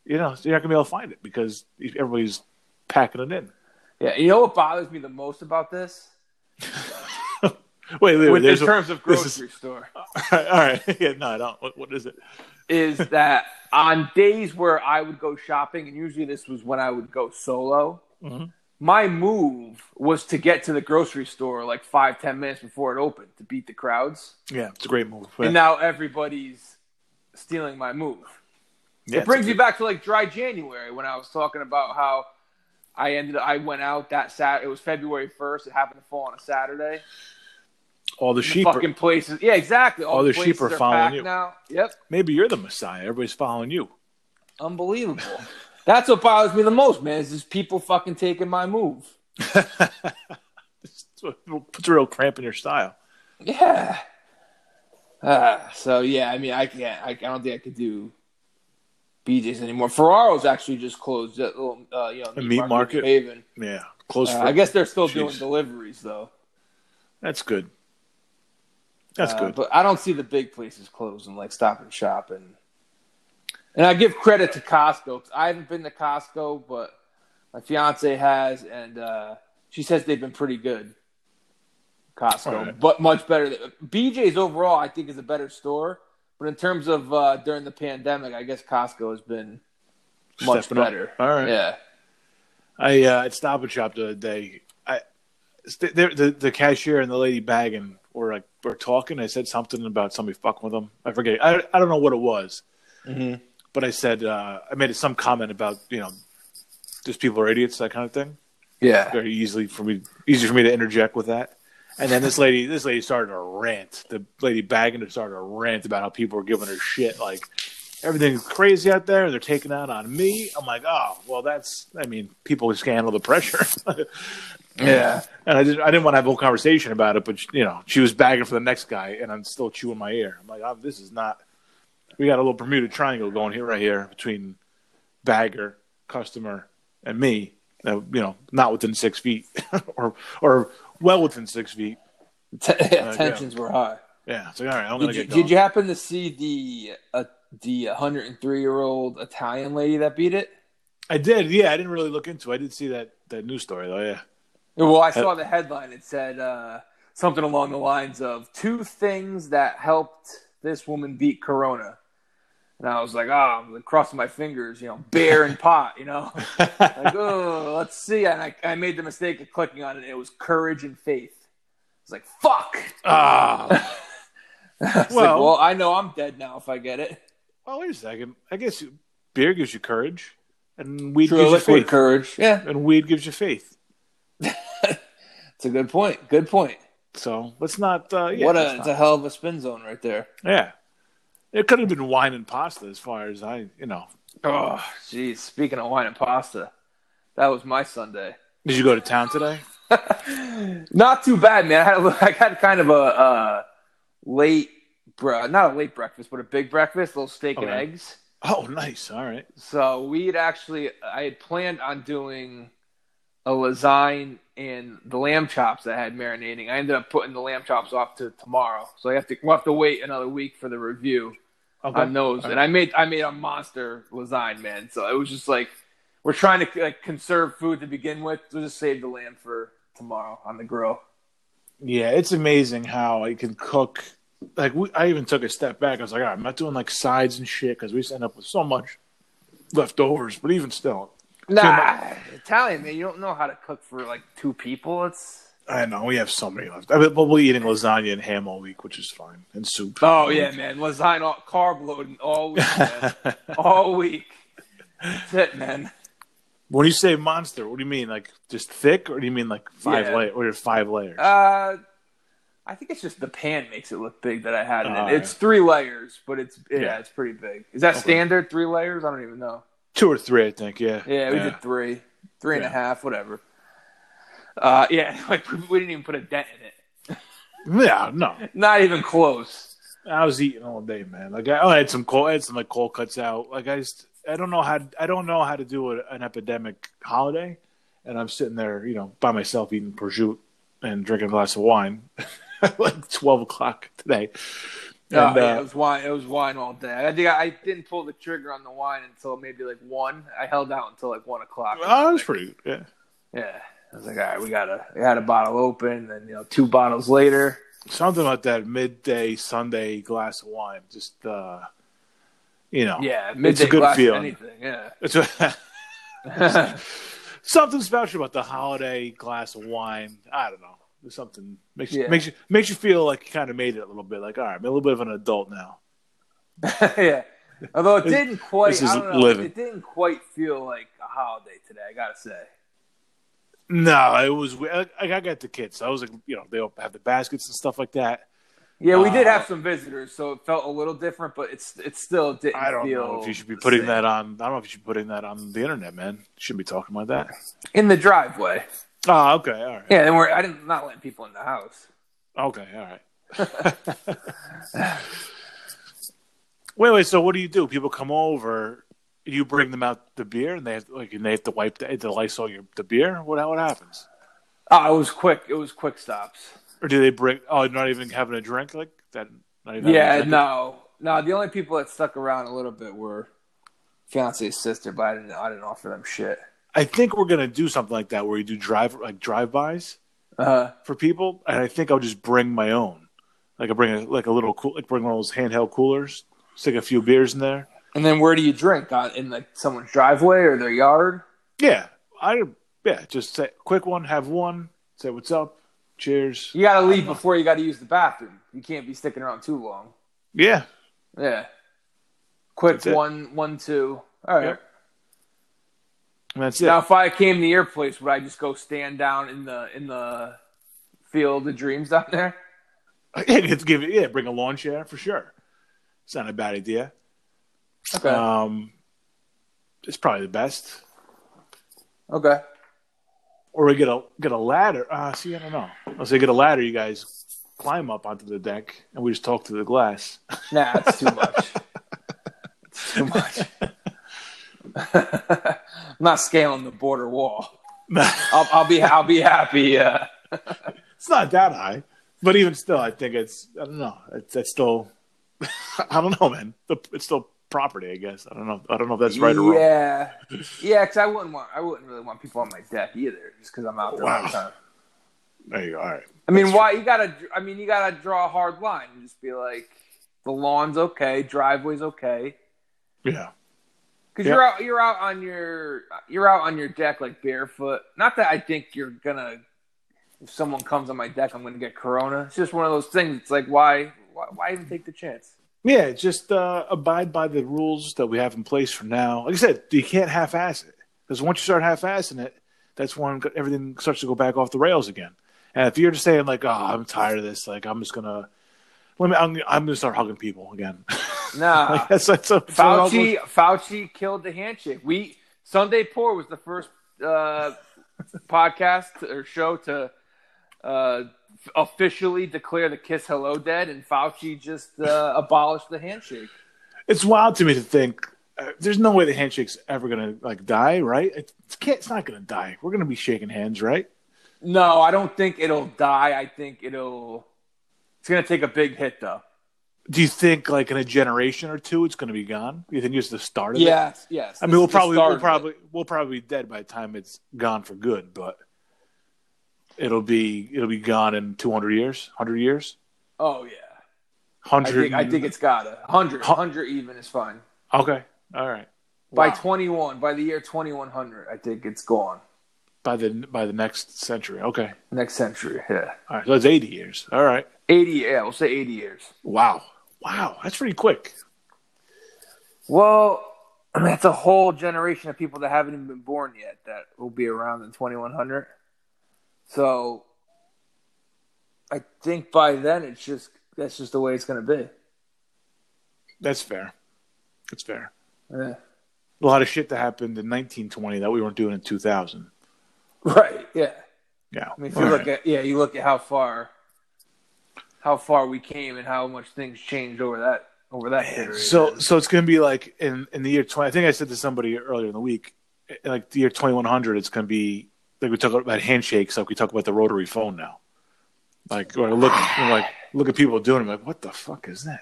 you know so you're not gonna be able to find it because everybody's packing it in. yeah, you know what bothers me the most about this? Wait, wait, wait With, in there's a- terms of this is- grocery store, all right, all right. yeah, no, I don't. What, what is it? is that on days where I would go shopping, and usually this was when I would go solo. Mhm. My move was to get to the grocery store like five, ten minutes before it opened to beat the crowds. Yeah, it's a great move. And now everybody's stealing my move. yeah, it brings me back to like dry January when I was talking about how I ended. I went out that Sat. It was February first. It happened to fall on a Saturday. all the sheep. Are, Fucking places. Yeah, exactly. All All the, the sheep places are following packed you. now. Yep. maybe you're the Messiah. Everybody's following you. Unbelievable. That's what bothers me the most, man, is just people fucking taking my move. It's- It puts a real cramp in your style. Yeah. Uh, so yeah, I mean, I can't. I, I don't think I could do BJ's anymore. Ferraro's actually just closed. That little, uh, you know, The meat market? in Haven. Yeah, close. Uh, for I guess they're still doing Jeez. deliveries though. That's good. That's Uh, good. But I don't see the big places closing, like Stop and Shop, and and I give credit to Costco. 'cause I haven't been to Costco, but my fiance has, and uh, she says they've been pretty good. Costco, All right. but much better. Than, BJ's overall, I think, is a better store. But in terms of uh, during the pandemic, I guess Costco has been much Stepping up. better. All right. Yeah. I uh, at Stop and Shop the other day, I st- the, the the cashier and the lady bagging were like were talking. I said something about somebody fucking with them. I forget. I I don't know what it was, Mhm. but I said uh, I made some comment about you know just people are idiots that kind of thing. Yeah. Very easily for me, easy for me to interject with that. And then this lady, this lady started a rant. The lady bagging started a rant about how people were giving her shit. Like everything's crazy out there. They're taking out on me. I'm like, oh, well, that's. I mean, people just can't handle the pressure. Yeah. and I didn't, I didn't want to have a whole conversation about it, but you know, she was bagging for the next guy, and I'm still chewing my ear. I'm like, oh, this is not. We got a little Bermuda Triangle going here, right here, between bagger, customer, and me. Uh, you know, not within six feet, or or well within six feet. tensions were high. Yeah, it's like all right, I'm gonna Did you, get going. did you happen to see the uh, the 103 year old Italian lady that beat it? I did, yeah. I didn't really look into. it. I did see that that news story though. Yeah, Well, I Uh, saw the headline. It said uh, something along the lines of two things that helped this woman beat Corona. And I was like, ah, I'm crossing my fingers, you know, beer and pot, you know, like, oh, let's see. And I, I made the mistake of clicking on it. It was courage and faith. It's like, fuck. ah. It's like, Well- well, I know I'm dead now if I get it. well, wait a second. I guess beer gives you courage, and weed True gives you liquid faith, courage. Yeah, and weed gives you faith. it's a good point. Good point. So let's not. Uh, yeah, what a let's it's not- a hell of a spin zone right there. yeah. It could have been wine and pasta, as far as I, you know. Oh, jeez. Speaking of wine and pasta, that was my Sunday. Did you go to town today? Not too bad, man. I had, a- I had kind of a uh, late, bre- not a late breakfast, but a big breakfast, little steak and Okay. eggs. Oh, nice. All right. So we had actually, I had planned on doing a lasagne and the lamb chops I had marinating. I ended up putting the lamb chops off to tomorrow, so I have to we'll have to wait another week for the review. Okay. on those. And I made I made a monster lasagna, man. So it was just like we're trying to like conserve food to begin with. We'll just save the lamb for tomorrow on the grill. Yeah, it's amazing how I can cook. Like we, I even took a step back. I was like, all right, I'm not doing like sides and shit because we just end up with so much leftovers. But even still, Nah, Italian man, you don't know how to cook for like two people. It's I know we have so many left. I mean, but we're eating lasagna and ham all week, which is fine, and soup. oh yeah, man, lasagna all, carb loading all week, man. all week. That's it, man. When you say monster, what do you mean? Like just thick, or do you mean like five Yeah. layer or five layers? Uh, I think it's just the pan makes it look big that I had it. in. Ah, It's three layers, but it's yeah, Yeah. it's pretty big. Is that Okay. standard three layers? I don't even know. Two or three, I think. Yeah. Yeah, we did three, three and a Yeah. half, whatever. Uh, yeah, like we, we didn't even put a dent in it. Yeah, no. Not even close. I was eating all day, man. Like I, I had some cold, I had some like cold cuts out. Like I just, I don't know how, I don't know how to do a, an epidemic holiday, and I'm sitting there, you know, by myself eating prosciutto and drinking a glass of wine, like twelve o'clock today. No, And, Oh, yeah, uh, it was wine. It was wine all day. I think I, I didn't pull the trigger on the wine until maybe like one. I held out until like one o'clock. oh, it was pretty good. Yeah. Yeah, I was like, all right, we gotta. We had a bottle open, and then, you know, two bottles later. Something about that midday Sunday glass of wine. Just, uh you know, Yeah, midday it's a good glass of feeling. Anything, yeah. It's a- something special about the holiday glass of wine. I don't know. There's something makes you Yeah. makes you makes you feel like you kind of made it a little bit. Like all right, I'm a little bit of an adult now. yeah. Although it This- didn't quite, this is I don't know, living. it didn't quite feel like a holiday today. I gotta say. No, it was. we- Like, I got the kids. So I was like, you know, they all have the baskets and stuff like that. Yeah, we did Uh, have some visitors, so it felt a little different, but it's it still didn't. I don't feel know if you should be the putting same. that on. I don't know if you should be putting that on the internet, man. You shouldn't be talking about that. in the driveway. Oh, okay, all right, Yeah, and we're I didn't not letting people in the house. okay, all right. wait, wait. So, what do you do? People come over. You bring them out the beer, and they have like, and they have to wipe the, the Lysol your the beer. What what happens? Oh, it was quick. It was quick stops. Or do they bring? Oh, not even having a drink like that. Not even having a yeah, drink? no, no. The only people that stuck around a little bit were fiance's sister, but I didn't. I didn't offer them shit. I think we're gonna do something like that where you do drive like drive bys Uh, for people, and I think I'll just bring my own. Like I bring a like a little cool like bring one of those handheld coolers, stick a few beers in there. and then where do you drink? Uh, in like someone's driveway or their yard? Yeah, I yeah just say quick one, have one, say what's up, cheers. You gotta Uh-huh. leave before you gotta use the bathroom. You can't be sticking around too long. Yeah, Yeah. Quick That's it. one, one, two. All right. Yep. and that's it. Now, if I came to your place, would I just go stand down in the in the field of dreams down there? Yeah, it's give it. Yeah, bring a lawn chair for sure. It's not a bad idea. Okay. Um, it's probably the best. okay. Or we get a get a ladder. Uh, see, I don't know. Let's say get a ladder. You guys climb up onto the deck, and we just talk to the glass. Nah, it's too much. it's too much. I'm not scaling the border wall. it's I'll, I'll be I'll be happy. Uh, not that high, but even still, I think it's. I don't know. It's that's still. I don't know, man. The- It's still property, I guess. I don't know. I don't know if that's right or wrong. yeah, yeah. Because I wouldn't want I wouldn't really want people on my deck either, just because I'm out there all the Wow. time. There you go. All right. I mean, why you gotta? I mean, you gotta draw a hard line and just be like, the lawn's okay, driveway's okay, Yeah. because Yeah. you're out, you're out on your, you're out on your deck like barefoot. Not that I think you're gonna. If someone comes on my deck, I'm gonna get corona. It's just one of those things. It's like, why, why, why even take the chance? Yeah, just uh, abide by the rules that we have in place for now. Like I said, you can't half-ass it because once you start half-assing it, that's when everything starts to go back off the rails again. And if you're just saying like, "Oh, I'm tired of this," like I'm just gonna let me, I'm, I'm gonna start hugging people again. Nah, like, that's that's a Uh, Fauci, Fauci killed the handshake. We Sunday Poor was the first uh, podcast or show to uh, officially declare the kiss hello dead, and Fauci just uh, abolished the handshake. It's wild to me to think uh, there's no way the handshake's ever gonna like die, right? It, it can't, it's not gonna die. We're gonna be shaking hands, right? No, I don't think it'll die. I think it'll. It's gonna take a big hit though. Do you think like in a generation or two, it's gonna be gone? You think it's the start of it? Yes, yes. I mean, This we'll is the probably start we'll of it. probably we'll probably be dead by the time it's gone for good. But it'll be it'll be gone in 200 years, 100 years, Oh yeah, I 100. think I think it's gotta 100, 100 even is fine. okay. All right. By Wow. twenty one, by the year twenty one hundred, I think it's gone. by the by the next century. Okay. Next century, yeah, All right. So it's 80 years. All right. eighty. Yeah, we'll say eighty years. Wow. Wow. That's pretty quick. Well, I mean, it's a whole generation of people that haven't even been born yet that will be around in 2100. So I think by then it's just that's just the way it's going to be. That's fair. That's fair. Yeah. A lot of shit that happened in 1920 that we weren't doing in 2000. Right. Yeah. Yeah. I mean, if you look at yeah, you look at how far how far we came and how much things changed over that over that period. so so it's gonna be like in in the year 20. I think I said to somebody earlier in the week, in, like the year 2100, it's gonna be like we talk about handshakes, like we talk about the rotary phone now. Like when I look when, like look at people doing it, I'm like what the fuck is that?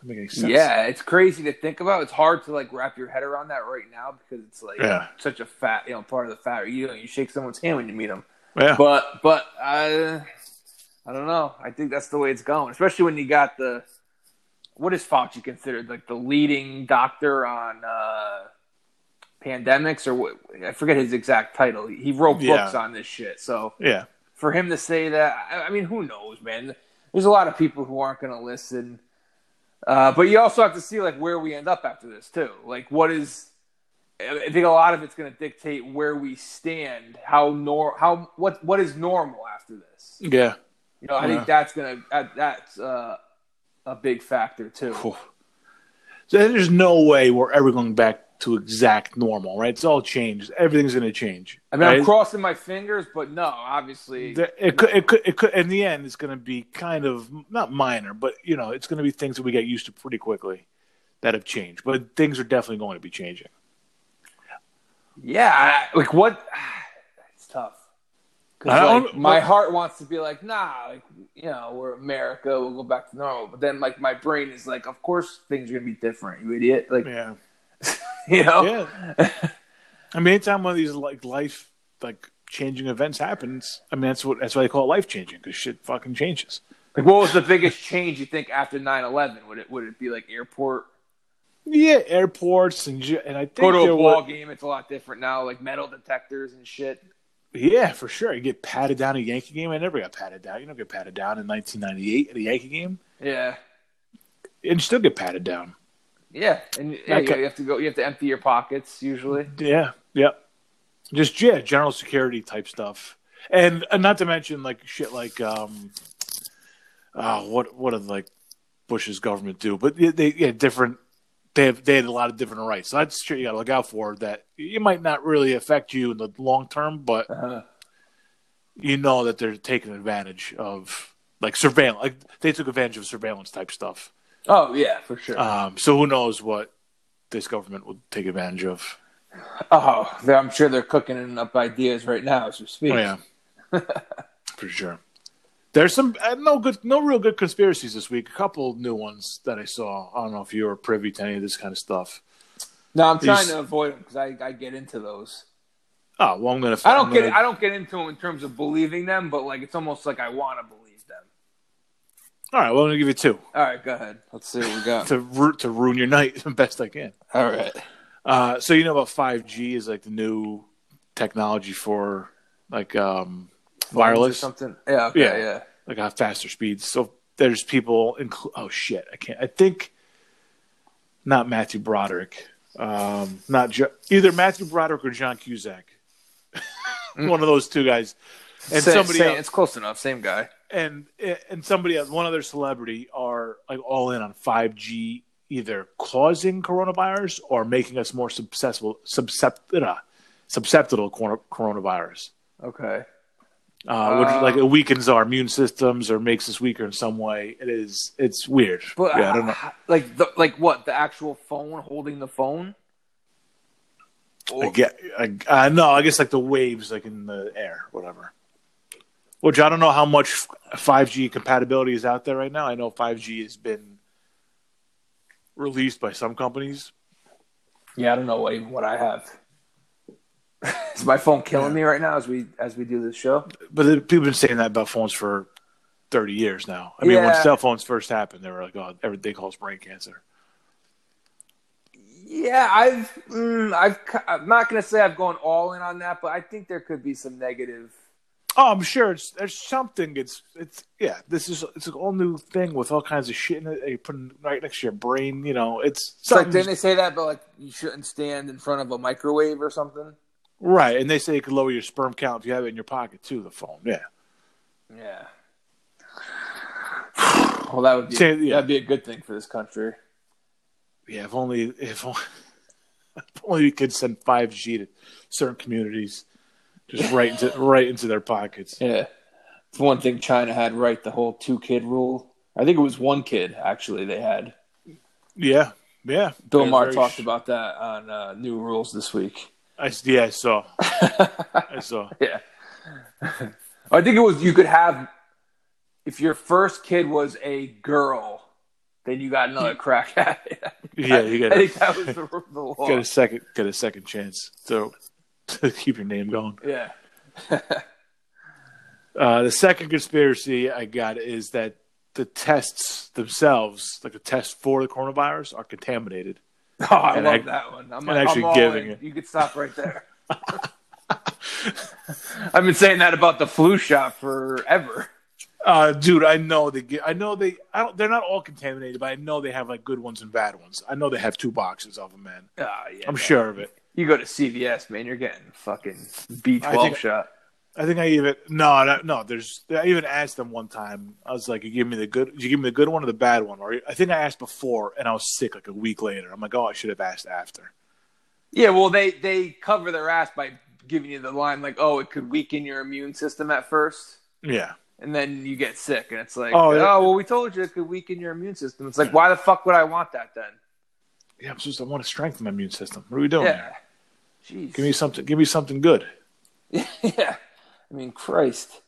That make any sense? yeah, it's crazy to think about. It's hard to like wrap your head around that right now because it's like Yeah. such a fat, you know, part of the fat. You know, you shake someone's hand when you meet them. Yeah. but but I I don't know. I think that's the way it's going, especially when you got the what is Fauci considered like the leading doctor on uh, pandemics or what? I forget his exact title. He wrote Yeah. books on this shit, so yeah. for him to say that, I, I mean, who knows, man? There's a lot of people who aren't going to listen. Uh, but you also have to see like where we end up after this too. Like, what is? I I think a lot of it's going to dictate where we stand. How nor how what what is normal after this? Yeah. You know, I Yeah. think that's going to that, that's uh, a big factor too. Phew. So there's no way we're ever going back to exact normal, right? It's all changed. Everything's going to change. I mean, I'm right? crossing my fingers, but no, obviously, There- it could, it could, it could. In the end, it's going to be kind of not minor, but you know, it's going to be things that we get used to pretty quickly that have changed. But things are definitely going to be changing. yeah. I- Like what? It's tough. 'Cause, I don't- like, my what- heart wants to be like, nah, like you know, we're America, we'll go back to normal. But then, like, my brain is like, of course things are gonna be different, you idiot. Like, Yeah, you know, yeah. I mean, anytime one of these like life, like changing events happens, I mean, that's what that's why they call it life changing because shit fucking changes. like, what was the biggest change you think after 9-11? Would it would it be like airport? Yeah, airports and j- and I think Go to there a were- ball game, it's a lot different now. Like metal detectors and shit. Yeah, for sure. You get patted down at a Yankee game. I never got patted down. You don't get patted down in 1998 at a Yankee game. Yeah, And you still get patted down. yeah, and yeah, Okay. you have to go. You have to empty your pockets usually. Yeah, yeah. Just yeah, general security type stuff, and, and not to mention like shit like um, uh, what what did like Bush's government do? But they, they yeah different. They have they had a lot of different rights. So that's shit you got to look out for. That it might not really affect you in the long term, but Uh-huh. you know that they're taking advantage of like surveillance. Like they took advantage of surveillance type stuff. Oh yeah, for sure. Um, so who knows what this government will take advantage of? oh, they're- I'm sure they're cooking up ideas right now as we speak. Oh, yeah, for sure. There's some uh, no good, no real good conspiracies this week. A couple new ones that I saw. I don't know if you were privy to any of this kind of stuff. No, I'm trying These- to avoid them because I, I get into those. Oh well, I'm gonna. I don't I'm get gonna- I don't get into them in terms of believing them, but like it's almost like I want to believe them. All right, well, I'm gonna give you two All right, go ahead. Let's see what we got. to ru- to ruin your night the best I can. All right. Uh, so you know about 5G is like the new technology for like um, wireless. something. Yeah. Okay, Yeah. yeah. like on faster speeds. So there's people. Inc- oh shit! I can't. I think not Matthew Broderick. Um, not jo- either Matthew Broderick or John Cusack. one of those two guys, and Sa- somebody sa- else, It's close enough. Same guy. and and somebody else, one other celebrity, are like all in on five G, either causing coronavirus or making us more susceptible, susceptible, susceptible to corona- coronavirus Okay. uh, which Uh, like it weakens our immune systems or makes us weaker in some way. It is it's weird. But yeah, I don't know. uh, Like the like what the actual phone holding the phone. Or, I get, I, uh, no, I guess like the waves like in the air, whatever. Which I don't know how much five G compatibility is out there right now. I know five G has been released by some companies. yeah, I don't know what even what I have. Is my phone killing me right now as we as we do this show? But the- people have been saying that about phones for 30 years now. I mean, when Yeah. cell phones first happened, they were like, oh, every- they call it brain cancer. Yeah, I've mm, I've c- I'm not gonna say I've gone all in on that, but I think there could be some negative. Oh, I'm sure it's there's something. It's it's yeah. This is it's an all new thing with all kinds of shit in it. You put it right next to your brain. You know, it's It's like didn't something they say that? But like you shouldn't stand in front of a microwave or something. right. And they say it could lower your sperm count if you have it in your pocket too. The phone, yeah. Yeah. Well, that would be Say- yeah. that'd be a good thing for this country. Yeah, if only if only, if only we could send five G to certain communities, just right into right into their pockets. Yeah. It's one thing China had right the whole two kid rule. I think it was one kid actually they had. Yeah, yeah. Bill They're Maher very talked sh- about that on uh, New Rules this week. I, s- yeah, I saw. I saw. Yeah. I think it was you could have if your first kid was a girl, then you got another crack at it. Yeah, you I think got that was the, the law. get a second get a second chance to to keep your name going. Yeah. Uh, the second conspiracy I got is that the tests themselves, like the test for the coronavirus, are contaminated. Oh, I And love ac- that one. I'm, and I'm actually all giving in. it. You could stop right there. I've been saying that about the flu shot forever. Uh, dude, I know they get. I know they. I don't, they're not all contaminated, but I know they have like good ones and bad ones. I know they have two boxes of them, man. Oh, yeah, I'm man. sure of it. You go to CVS, man, you're getting fucking B12 I think- shot. I think I even no, no, no. There's. I even asked them one time. I was like, "You give me the good. You give me the good one or the bad one?" Or I think I asked before, and I was sick like a week later. I'm like, "Oh, I should have asked after." Yeah, well, they they cover their ass by giving you the line like, "Oh, it could weaken your immune system at first, Yeah, and then you get sick." And it's like, "Oh, Oh, yeah. well, we told you it could weaken your immune system." It's like, why the fuck would I want that then? yeah. I'm just. I want to strengthen my immune system. What are we doing? yeah, here? jeez. Oh, Give me something. Give me something good. yeah. I mean, Christ.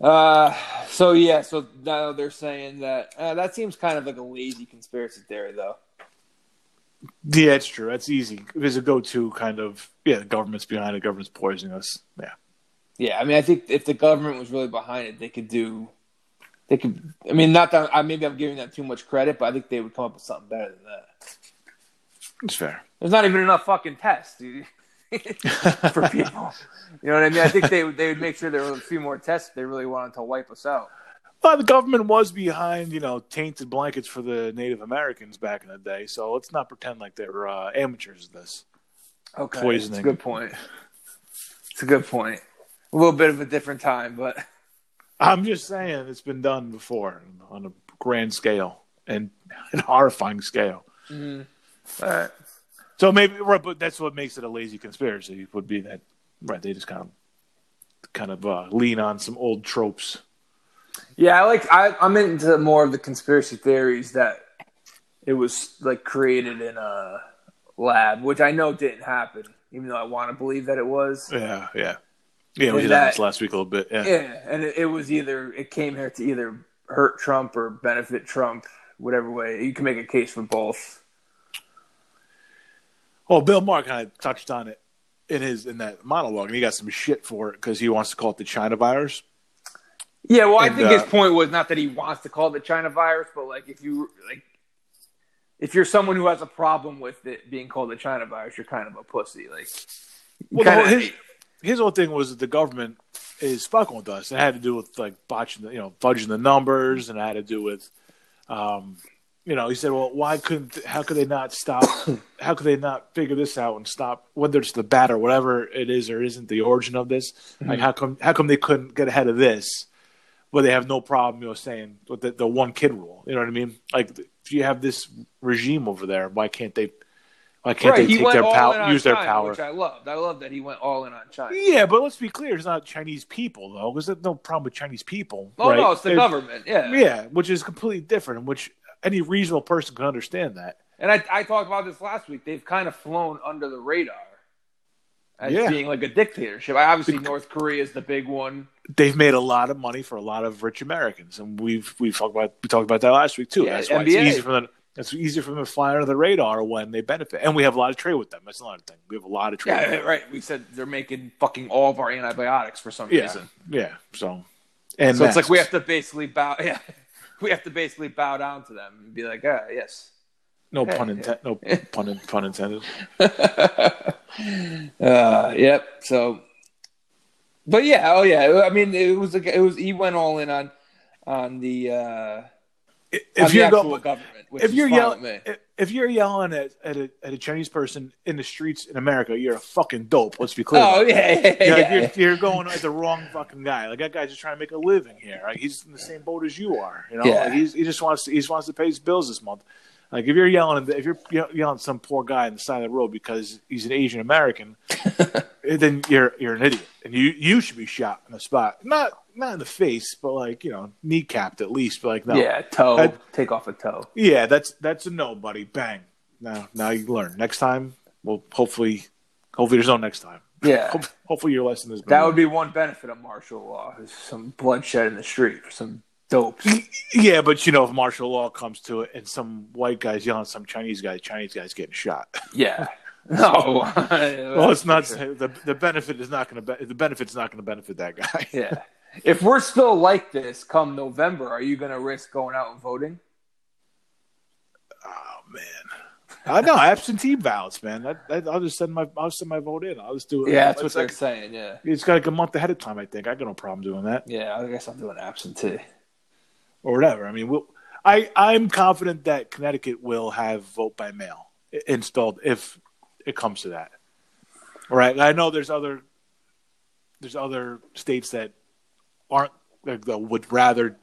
Uh, so yeah, so now they're saying that uh, that seems kind of like a lazy conspiracy theory, though. Yeah, it's true. That's easy. There's a go-to kind of. Yeah, the government's behind it. government's poisoning us. Yeah. Yeah, I mean, I think if the government was really behind it, they could do. They could. I mean, not that I maybe I'm giving them too much credit, but I think they would come up with something better than that. It's fair. There's not even enough fucking tests dude, for people. You know what I mean? I think they would they would make sure there were a few more tests if they really wanted to wipe us out. Well, the government was behind, you know, tainted blankets for the Native Americans back in the day. So let's not pretend like they're uh, amateurs at this. Okay, It's a Poisoning. good point. It's a good point. A little bit of a different time, but I'm just saying it's been done before on a grand scale and an horrifying scale. all right. So maybe, right, but that's what makes it a lazy conspiracy. Would be that, right? They just kind of, kind of uh, lean on some old tropes. Yeah, I like I, I'm into more of the conspiracy theories that it was like created in a lab, which I know didn't happen, even though I want to believe that it was. Yeah, yeah, yeah. We And did that that- last week a little bit. Yeah. Yeah, and it, it was either it came here to either hurt Trump or benefit Trump, whatever way you can make a case for both. Well, Bill Maher kind of touched on it in his in that monologue, and he got some shit for it because he wants to call it the China virus. Yeah, well, I And, think uh, his point was not that he wants to call it the China virus, but like if you like. If you're someone who has a problem with it being called the China virus, you're kind of a pussy. Like, you Well, the whole, kinda- his his whole thing was that the government is fucking with us. It had to do with like botching, the, you know, fudging the numbers, and it had to do with, um, you know, he said, well, why couldn't? How could they not stop? how could they not figure this out and stop? Whether it's the bat or whatever it is or isn't the origin of this, Mm-hmm. like how come? How come they couldn't get ahead of this? But they have no problem, you know, saying with the, the one kid rule. You know what I mean? Like if you have this regime over there, why can't they? Why can't right, they he take went their all in power? on Use their China, power? which I loved. I loved that he went all in on China. Yeah, but let's be clear, it's not Chinese people though, because there's no problem with Chinese people. Oh right? no, it's the It- government. Yeah. Yeah, which is completely different, and which any reasonable person can understand that. and I, I talked about this last week. They've kind of flown under the radar as Yeah. being like a dictatorship. I, obviously, North Korea is the big one. They've made a lot of money for a lot of rich Americans, and we've we've talked about we talked about that last week too. Yeah, That's why NBA. it's easy for them. It's easier for them to fly under the radar when they benefit, and we have a lot of trade with them. That's another thing. We have a lot of trade. with Yeah, them. right. We said they're making fucking all of our antibiotics for some Yeah, reason. yeah. So, and So it's like we masks. have to basically bow. Yeah, we have to basically bow down to them and be like, ah, yes. no pun intended. No pun in- pun intended. Uh, yep. So, but yeah, oh yeah. I mean, it was it was he went all in on on the uh, If on the you're actual going, government. Which if is you're fine yelling, with me. if- if you're yelling at, at a at a Chinese person in the streets in America, you're a fucking dope. Let's be clear. oh about it. yeah, yeah, You're, like, yeah. you're, you're going at the wrong fucking guy. Like that guy's just trying to make a living here. Like he's in the same boat as you are. You know, Yeah. Like, he's, he just wants to, he just wants to pay his bills this month. Like if you're yelling at- if you're ye- yelling at some poor guy on the side of the road because he's an Asian American, eh, then you're you're an idiot, and you you should be shot on the spot. Not not in the face, but like you know, kneecapped at least. But like no, Yeah, toe. That- take off a toe. yeah, that's that's a no, buddy. Bang. Now now you learn. Next time, well, hopefully, hopefully there's no next time. Yeah. Hope, hopefully your lesson is. That would be one benefit of martial law is some bloodshed in the street for some dopes. Yeah, but you know, if martial law comes to it and some white guy's yelling at some Chinese guy, Chinese guy's getting shot. Yeah. Oh, No. well, it's not the the benefit is not going to be, the benefit's not going to benefit that guy. Yeah. If we're still like this come November, are you going to risk going out and voting? Oh man, I know absentee ballots, man. That, that, I'll just send my I'll send my vote in. I'll just do it. Yeah, that's what It's they're like, saying. Yeah. it's got like a month ahead of time. I think I got no problem doing that. Yeah, I guess I'm doing absentee. or whatever. I mean, we'll, I I'm confident that Connecticut will have vote by mail i- installed if it comes to that. Right? I know there's other there's other states that aren't like, that would rather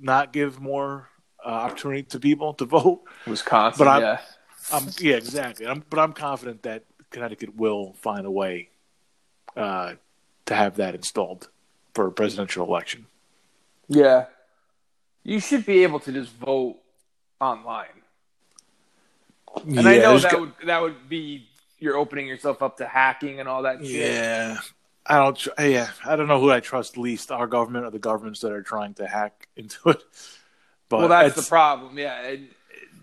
not give more uh, opportunity to people to vote. Wisconsin. But I'm- yeah. Um, yeah, exactly. I'm, but I'm confident that Connecticut will find a way uh, to have that installed for a presidential election. Yeah. You should be able to just vote online. And I know that would that would be you're opening yourself up to hacking and all that shit. Yeah, I don't. Tr- yeah, I don't know who I trust least: our government or the governments that are trying to hack into it. But well, that's the it's- problem. Yeah, and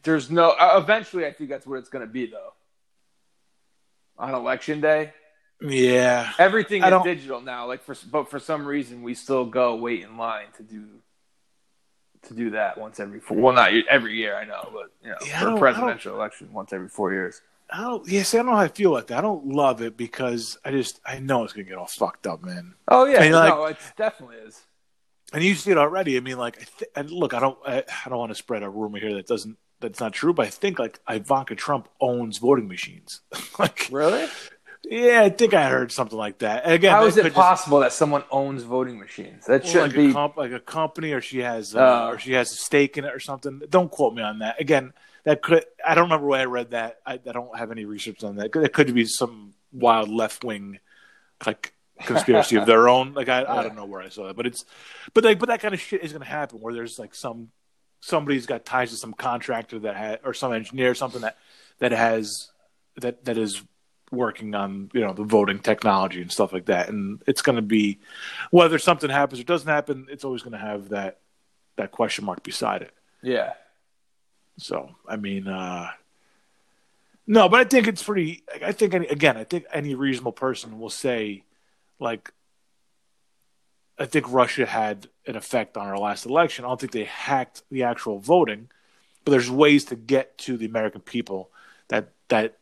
there's no. uh, Eventually, I think that's what it's going to be, though. On election day, yeah, everything I is don't- digital now. Like for, but for some reason, we still go wait in line to do to do that once every four. Well, not every year, I know, but you know, Yeah, I for don't- a I presidential election, once every four years. I don't. Yeah, see, I don't know how I feel about that. I don't love it because I just I know it's gonna get all fucked up, man. Oh yeah, And, no, it definitely is. And you see it already. I mean, like, I th- and look, I don't, I, I don't want to spread a rumor here that doesn't that's not true. But I think like Ivanka Trump owns voting machines. like, Really? yeah, I think I heard something like that. And again, How that is it could just- possible that someone owns voting machines? That Well, shouldn't like be. a comp, like a company or she has uh, Oh. or she has a stake in it or something. Don't quote me on that. Again, that could I don't remember where I read that. I, I don't have any research on that. It could be some wild left wing like conspiracy of their own. Like I, I don't know where I saw that, but it's but like but that kind of shit is going to happen where there's like some somebody's got ties to some contractor that had or some engineer or something that that has that that is working on you know the voting technology and stuff like that and it's going to be whether something happens or doesn't happen, it's always going to have that that question mark beside it. yeah. So, I mean, uh, no, but I think it's pretty. I think any, again, I think any reasonable person will say, like, I think Russia had an effect on our last election. I don't think they hacked the actual voting, but there's ways to get to the American people that that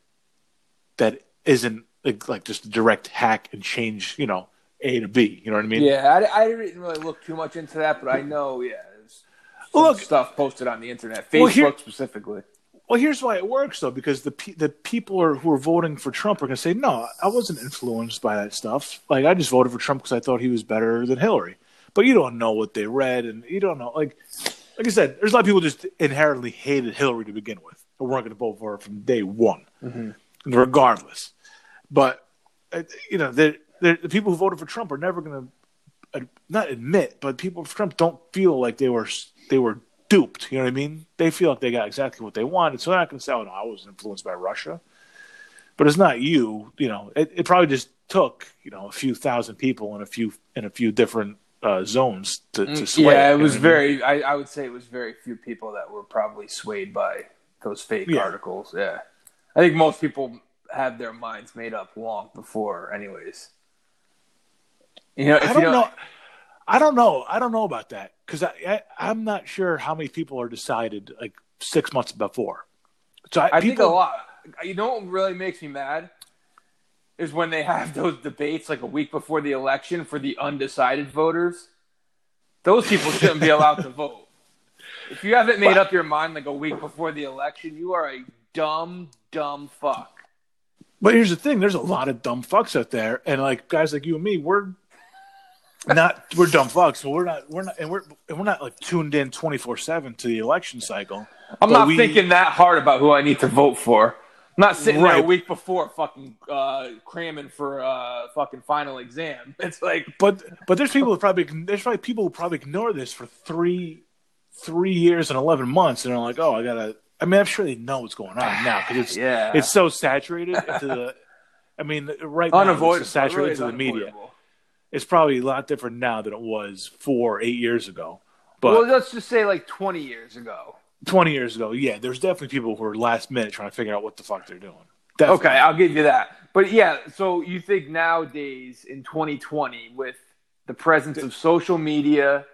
that isn't like, like just a direct hack and change, you know, A to B. You know what I mean? Yeah, I, I didn't really look too much into that, but I know, yeah, there's some Look- stuff posted on the internet, Facebook Well, here- specifically. Well, here's why it works though, because the pe- the people are, who are voting for Trump are going to say, "No, I wasn't influenced by that stuff. Like, I just voted for Trump because I thought he was better than Hillary." But you don't know what they read, and you don't know. Like, like I said, there's a lot of people just inherently hated Hillary to begin with, and weren't going to vote for her from day one, Mm-hmm. regardless. But uh, you know, the the the people who voted for Trump are never going to ad- not admit, but people from Trump don't feel like they were they were duped. You know what I mean? They feel like they got exactly what they wanted, so they're not going to say, "Oh no, I was influenced by Russia." But it's not you. You know, it, it probably just took you know a few thousand people in a few in a few different uh, zones to, to sway. Mm, yeah, you it know was what I mean? very. I, I would say it was very few people that were probably swayed by the those fake Yeah. articles. Yeah, I think most people have their minds made up long before, anyways. You know, if I you don't know. I don't know. I don't know about that because I, I I'm not sure how many people are decided like six months before. So I, I people, think a lot. You know what really makes me mad is when they have those debates like a week before the election for the undecided voters. Those people shouldn't be allowed to vote. If you haven't made up your mind like a week before the election, you are a dumb, dumb fuck. But here's the thing: there's a lot of dumb fucks out there, and like guys like you and me, we're not we're dumb fucks, but we're not we're not and we're and we're not like tuned in 24 seven to the election cycle. I'm But not we- thinking that hard about who I need to vote for. I'm not sitting there Right. a week before fucking uh, cramming for uh, fucking final exam. It's like But but there's people who probably there's probably people who probably ignore this for three three years and 11 months, and they're like, oh, I gotta. I mean, I'm sure they know what's going on now because it's yeah, it's so saturated into the. I mean, right now unavoidable. it's so saturated It really is into the media. unavoidable. It's probably a lot different now than it was four, eight years ago. But well, let's just say like 20 years ago. 20 years ago, yeah, there's definitely people who are last minute trying to figure out what the fuck they're doing. Okay, Definitely. I'll give you that. But yeah, so you think nowadays in 2020 with the presence of social media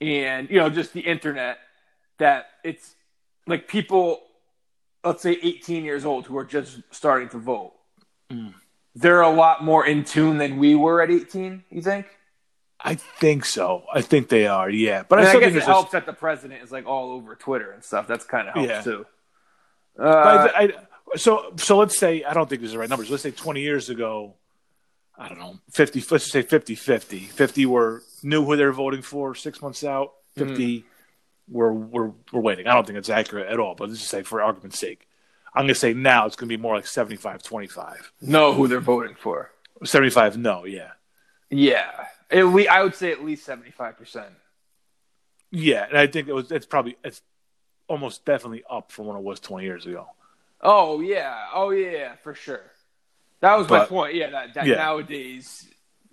and you know just the internet that it's like people let's say 18 years old who are just starting to vote. Mm. They're a lot more in tune than we were at 18, you think? I think so. I think they are, yeah. But I, And I still guess think it it's just, helps that the president is like all over Twitter and stuff. That's kind of helps Yeah. too. I Uh, th- I- so, so let's say, I don't think these are the right numbers. Let's say 20 years ago, I don't know, 50, let's just say 50 50. 50 were knew who they were voting for six months out, 50 were, were, were waiting. I don't think it's accurate at all, but let's just say for argument's sake. I'm going to say now it's going to be more like 75 25. know who they're voting for. 75, no, yeah. Yeah, at le- I would say at least seventy five percent. Yeah, and I think it was. It's probably it's almost definitely up from what it was 20 years ago. Oh yeah, oh yeah, for sure. That was my But- point. Yeah, that, that yeah. nowadays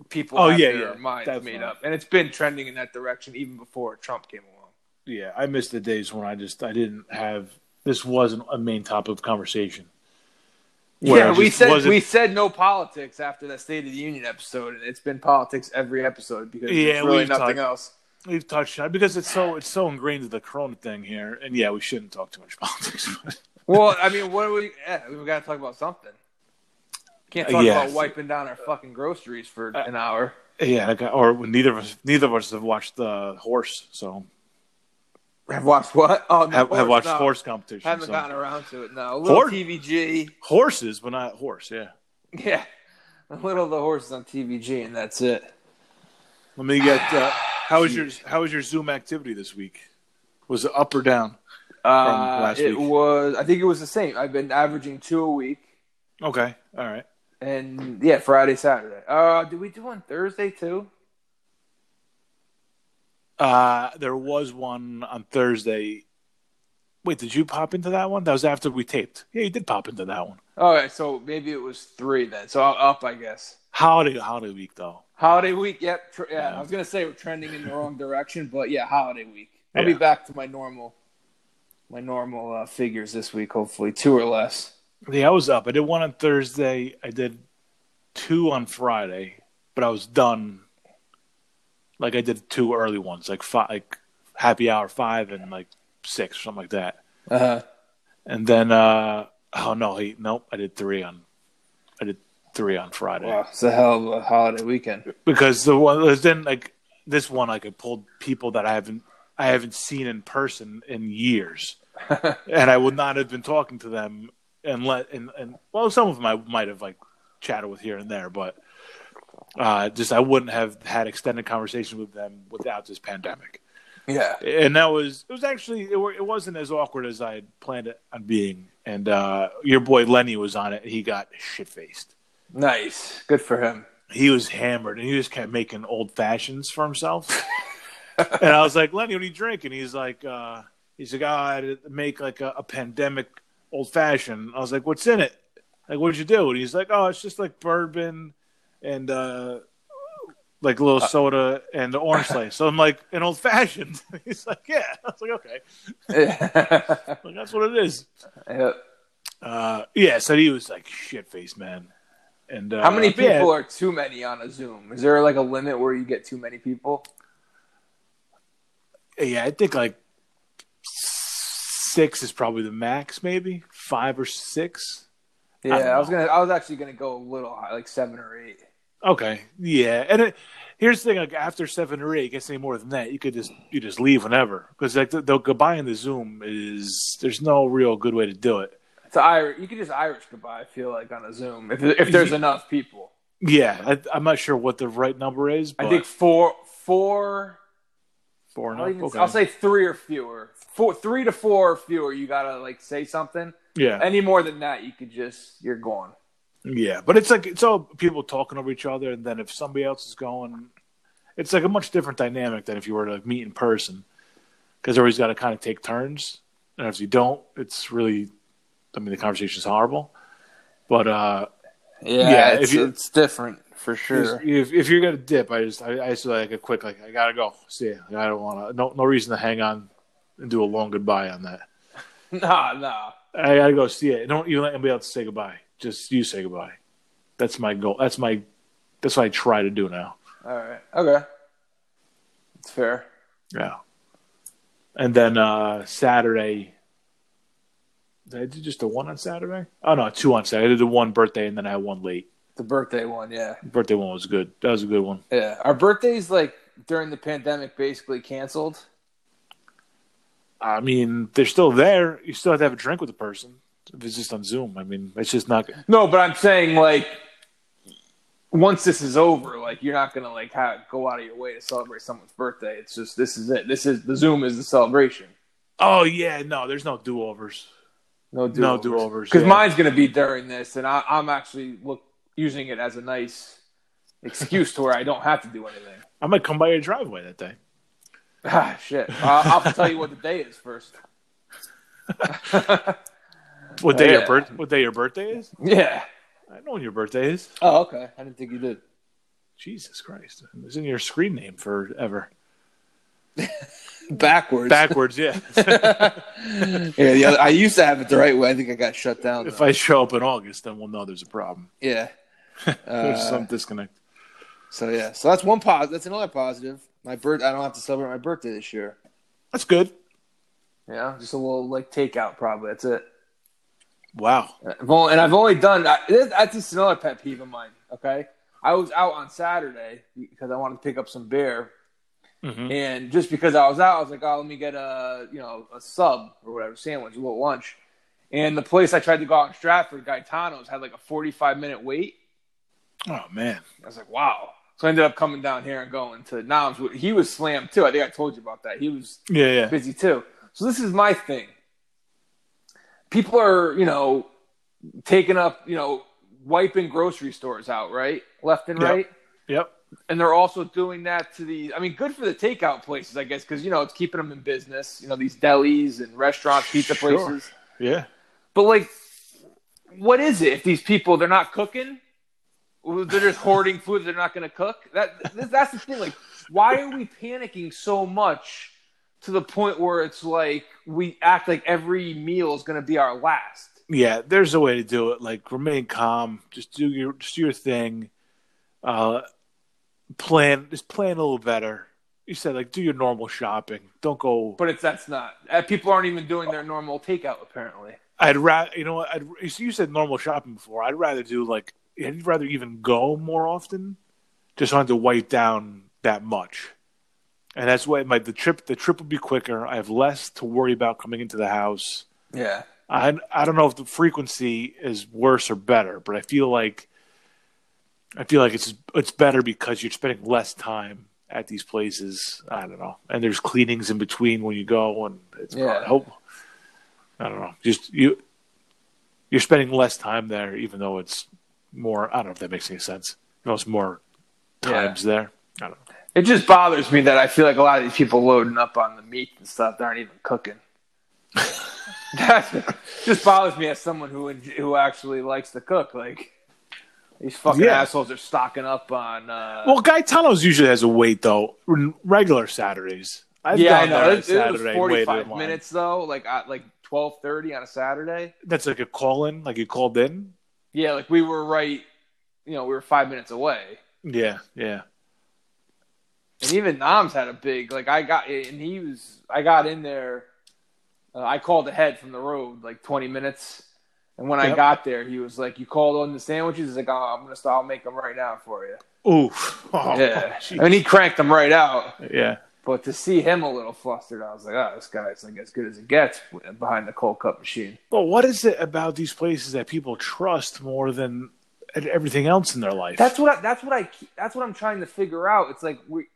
people Oh, have yeah, their yeah, minds definitely. made up, and it's been trending in that direction even before Trump came along. Yeah, I miss the days when I just I didn't have this wasn't a main topic of conversation. Where yeah, it we just said wasn't- we said no politics after that State of the Union episode, and it's been politics every episode because Yeah, there's really we've nothing talked- else. We've touched on it because it's so it's so ingrained in the Corona thing here, and yeah, we shouldn't talk too much politics. Well, I mean, what do we? Yeah, we got to talk about something. Can't Uh, talk yeah. Uh, about wiping down our fucking groceries for an hour. yeah, I got, or neither of us neither of us have watched the horse, so Have watched what? Oh, have, no, of have course watched not. horse competition. Haven't so. gotten around to it now. A little Horse? TVG. Horses, but not horse. Yeah. Yeah. A little of the horses on TVG, and that's it. Let me get. Uh, how was your How was your Zoom activity this week? Was it up or down? Uh, last it week. was. I think it was the same. I've been averaging two a week, Okay. All right. and yeah, Friday, Saturday. Uh, did we do one Thursday too? Uh, there was one on Thursday. Wait, did you pop into that one? That was after we taped. Yeah, you did pop into that one. All right, Oh, so maybe it was three then. So i up, I guess. Holiday holiday week though. Holiday week. Yep. Tr- yeah, Yeah. I was gonna say we're trending in the wrong direction, but yeah, holiday week. I'll be Yeah. back to my normal, my normal uh, figures this week. Hopefully, two or less. Yeah, I was up. I did one on Thursday. I did two on Friday, but I was done. Like I did two early ones, like five, like happy hour five and like six or something like that. Uh huh. And then uh oh no, he, nope, I did three on I did three on Friday. Wow, it's a hell of a holiday weekend. because the one then like this one like I pulled people that I haven't I haven't seen in person in years, and I would not have been talking to them and let and, and well some of them I might have like chatted with here and there, but uh, just I wouldn't have had extended conversations with them without this pandemic, Yeah. and that was it was actually it, wa- it wasn't as awkward as I had planned it on being, and uh, your boy Lenny was on it, he got shit faced Nice. Good for him. he was hammered and he just kept making old fashions for himself. and I was like, Lenny, what are you drinking? He's like, uh, he's like, oh, I had to make like a, a pandemic old fashioned. I was like, what's in it? Like, what'd you do? And he's like, oh, it's just like bourbon and uh, like a little soda and the orange slice. So I'm like, an old fashioned. He's like, yeah. I was like, okay, yep. like, that's what it is. Uh, yeah. So he was like, shit face, man. And uh, How many people yeah, are too many on a Zoom? Is there like a limit where you get too many people? Yeah, I think like six is probably the max, maybe five or six. Yeah, don't I, was know. gonna. I was actually gonna go a little high, like seven or eight. Okay, yeah. And it, here's the thing: like after seven or eight, it gets any more than that, you could just you just leave whenever because like the, the goodbye in the Zoom is there's no real good way to do it. It's Irish. You could just Irish goodbye. I feel like on a Zoom if if there's enough people. Yeah, I, I'm not sure what the right number is. But I think four, four. four. I'll, enough. even, okay. I'll say three or fewer. Four, three to four or fewer. You gotta like say something. yeah, Any more than that, you could just you're gone. yeah. But it's like it's all people talking over each other, and then if somebody else is going, it's like a much different dynamic than if you were to meet in person because everybody's got to kind of take turns, and if you don't, it's really, I mean, the conversation's horrible. But uh Yeah, if it's- you- different for If, if you're gonna dip, I just I, I just like a quick like I gotta go. See, ya. I don't want to. No, no reason to hang on and do a long goodbye on that. Nah, nah. I gotta go see it. Don't even let anybody else say goodbye. Just you say goodbye. That's my goal. That's my that's what I try to do now. All right. Okay. It's fair. Yeah. And then uh Saturday. Did I do just the one on Saturday? Oh no, two on Saturday. I did the one birthday and then I had one late. The birthday one, yeah. Birthday one was good. That was a good one. Yeah. Our birthdays like during the pandemic basically canceled. I mean, they're still there. You still have to have a drink with the person. If it's just on Zoom, I mean, it's just not. No, but I'm saying like once this is over, like you're not gonna like have, go out of your way to celebrate someone's birthday. It's just this is it. This is the Zoom is the celebration. Oh yeah, no, there's no do overs. No do No do-overs, Because yeah. mine's gonna be during this, and I, I'm actually look using it as a nice excuse to where I don't have to do anything. I might come by your driveway that day. Ah, shit. I'll, I'll tell you what the day is first. What day Yeah. your birth? Oh, What day your birthday is? Yeah. I know when your birthday is. Oh, okay. I didn't think you did. Jesus Christ, it's in your screen name forever. Backwards. Backwards, yeah. yeah, the other, I used to have it the right way. I think I got shut down. if I show up in August, then we'll know there's a problem. yeah. There's Uh, some disconnect. so yeah, so that's one positive. That's another positive. My birth. I don't have to celebrate my birthday this year. That's good. Yeah, just a little like takeout probably. That's it. Wow. I've only, and I've only done I, this- that's just another pet peeve of mine. Okay, I was out on Saturday because I wanted to pick up some beer, Mhm. and just because I was out, I was like, "Oh, let me get a you know a sub or whatever sandwich, a little lunch." And the place I tried to go out in Stratford, Gaetano's, had like a forty-five minute wait. Oh man. I was like, "Wow!" So I ended up coming down here and going to Noms. He was slammed too. I think I told you about that. He was Yeah, yeah. busy too. So this is my thing. People are, you know, taking up, you know, wiping grocery stores out, right? Left and Yep. right. Yep. And they're also doing that to the I mean, good for the takeout places, I guess, because you know, it's keeping them in business, you know, these delis and restaurants, pizza Sure. places. Yeah. But like what is it if these people they're not cooking? Well, They're just hoarding food they're not going to cook. That th- that's the thing. Like, why are we panicking so much to the point where it's like we act like every meal is going to be our last? yeah, there's a way to do it. Like remain calm, just do your just do your thing. Uh, plan just plan a little better. You said like do your normal shopping. Don't go. But But it's that's not. uh, People aren't even doing their normal takeout apparently. I'd rather you know what I'd, you s- you said normal shopping before. I'd rather do like I'd rather even go more often. Just don't have to wipe down that much, and that's why my the trip the trip would be quicker. I have less to worry about coming into the house. Yeah. I I don't know if the frequency is worse or better, but I feel like I feel like it's it's better because you're spending less time at these places. I don't know, and there's cleanings in between when you go, and it's Yeah. probably, I hope I don't know. Just you you're spending less time there, even though it's more. I don't know if that makes any sense. You know, it's more Yeah. times there. I don't know. It just bothers me that I feel like a lot of these people loading up on the meat and stuff they aren't even cooking. that just bothers me as someone who en- who actually likes to cook. Like, These fucking Yeah. assholes are stocking up on. Uh, Well, Gaetano's usually has a wait though. r- Regular Saturdays. I've yeah, I gone there know. on It, it was Saturday and waited in forty-five line. minutes though, like I, like twelve thirty on a Saturday. That's like a call in, like you called in. Yeah, like we were right. You know, we were five minutes away, Yeah, yeah. and even Noms had a big like. I got and he was. I got in there. Uh, I called ahead from the road, like twenty minutes. And when I Yep. got there, he was like, "You called on the sandwiches." He's like, "Oh, I'm gonna stop. I'll make them right now for you." Oof. Oh, yeah, jeez. I mean, he cranked them right out. yeah. But to see him a little flustered, I was like, "Oh, this guy's like as good as it gets behind the cold cup machine." Well, what is it about these places that people trust more than everything else in their life? That's what I, that's what I that's what I'm trying to figure out. It's like we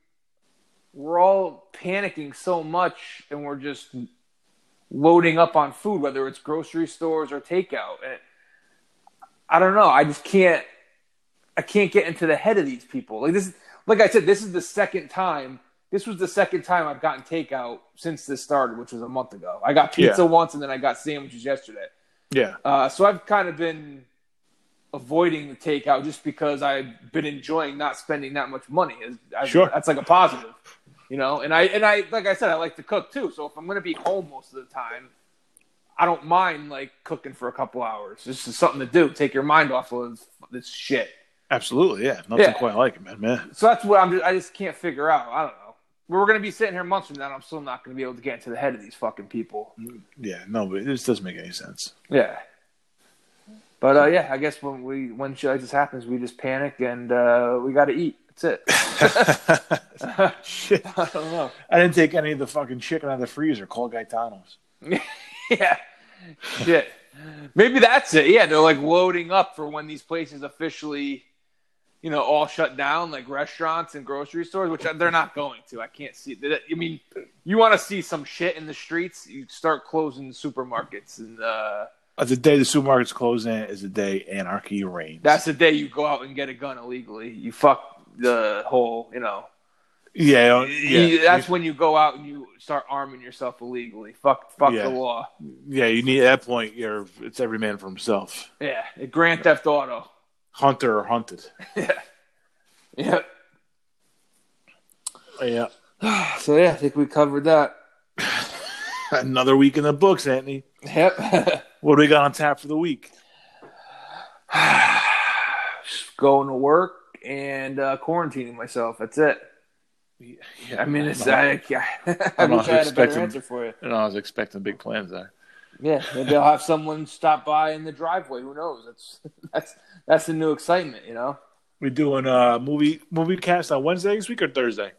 we're all panicking so much, and we're just loading up on food, whether it's grocery stores or takeout. And I don't know. I just can't. I can't get into the head of these people. Like this, like I said, this is the second time. This was the second time I've gotten takeout since this started, which was a month ago. I got pizza Yeah. once, and then I got sandwiches yesterday. yeah, Uh, so I've kind of been avoiding the takeout just because I've been enjoying not spending that much money. Is I- Sure. that's like a positive, you know. And I and I like I said, I like to cook too. So if I'm going to be home most of the time, I don't mind like cooking for a couple hours. This is something to do. Take your mind off of this shit. absolutely. Yeah, nothing Yeah. quite like it, man. Man, So that's what I'm. Just, I just can't figure out. I don't know. We're going to be sitting here months from now. And I'm still not going to be able to get into the head of these fucking people. yeah, no, but this doesn't make any sense. Yeah. But uh, yeah, I guess when we when shit like this happens, we just panic and uh, we got to eat. That's it. Shit, I don't know. I didn't take any of the fucking chicken out of the freezer. Call Gaetano's. Yeah. Shit. Maybe that's it. Yeah, they're like loading up for when these places officially, you know, all shut down, like restaurants and grocery stores, which they're not going to. I can't see. that- I mean, you want to see some shit in the streets? You start closing supermarkets, and uh, Uh, The day the supermarket's closing is the day anarchy reigns. that's the day you go out and get a gun illegally. You fuck the whole, you know, yeah, yeah. You- that's when you go out and you start arming yourself illegally. Fuck, fuck Yeah. the law. yeah. You need at that point. You're it's every man for himself. Yeah, Grand Theft Auto. Hunter or hunted. Yeah. Yeah, So yeah, I think we covered that. another week in the books, Anthony. Yep. What do we got on tap for the week? Just going to work and uh, quarantining myself. That's it. I mean, it's I, I, I I'm not wish I had a better expecting- answer for you. And I was expecting big plans there. Yeah, maybe I'll have someone stop by in the driveway. Who knows? That's that's that's the new excitement, you know. We doing a movie movie cast on Wednesday this week or Thursday?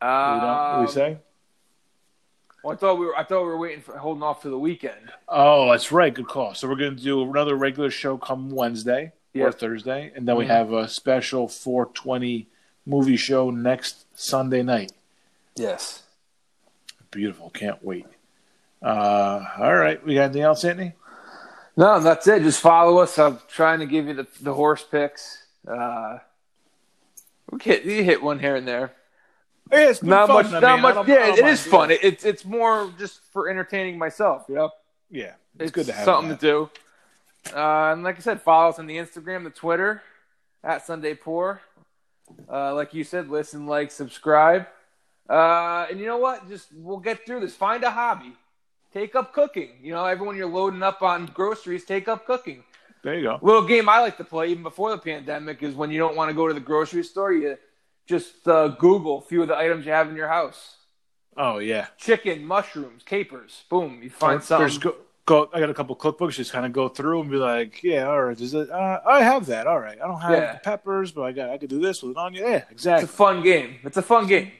we don't. Um, We say. well, I thought we were. I thought we were waiting for holding off to the weekend. Oh, that's right. Good call. So we're going to do another regular show come Wednesday or Yep. Thursday, and then we Mhm. have a special 420 movie show next Sunday night. Yes. Beautiful. Can't wait. Uh, all right. We got anything else, Anthony? No, that's it. Just follow us. I'm trying to give you the, the horse picks. Uh, we hit you hit one here and there. Yeah, it's been Not fun. much. I not mean, I much. don't- I Yeah, don't it mind is doing fun. it. It, it's it's more just for entertaining myself. You know, Yeah, it's, good to have something that. to do. Uh, and like I said, follow us on the Instagram, the Twitter, at Sunday Pour. Uh, like you said, listen, like, subscribe. Uh, and you know what? Just we'll get through this. Find a hobby. Take up cooking. You know, everyone you're loading up on groceries, take up cooking There you go. little game I like to play even before the pandemic is when you don't want to go to the grocery store, you just uh, Google a few of the items you have in your house: Oh yeah. chicken, mushrooms, capers. Boom, you find something. There's Go, go. I got a couple cookbooks. Just kind of go through and be like, yeah, all right. Is it? Uh, I have that. All right. I don't have Yeah. the peppers, but I got. I could do this with an onion. Yeah, It's a exactly. fun game. It's a fun game.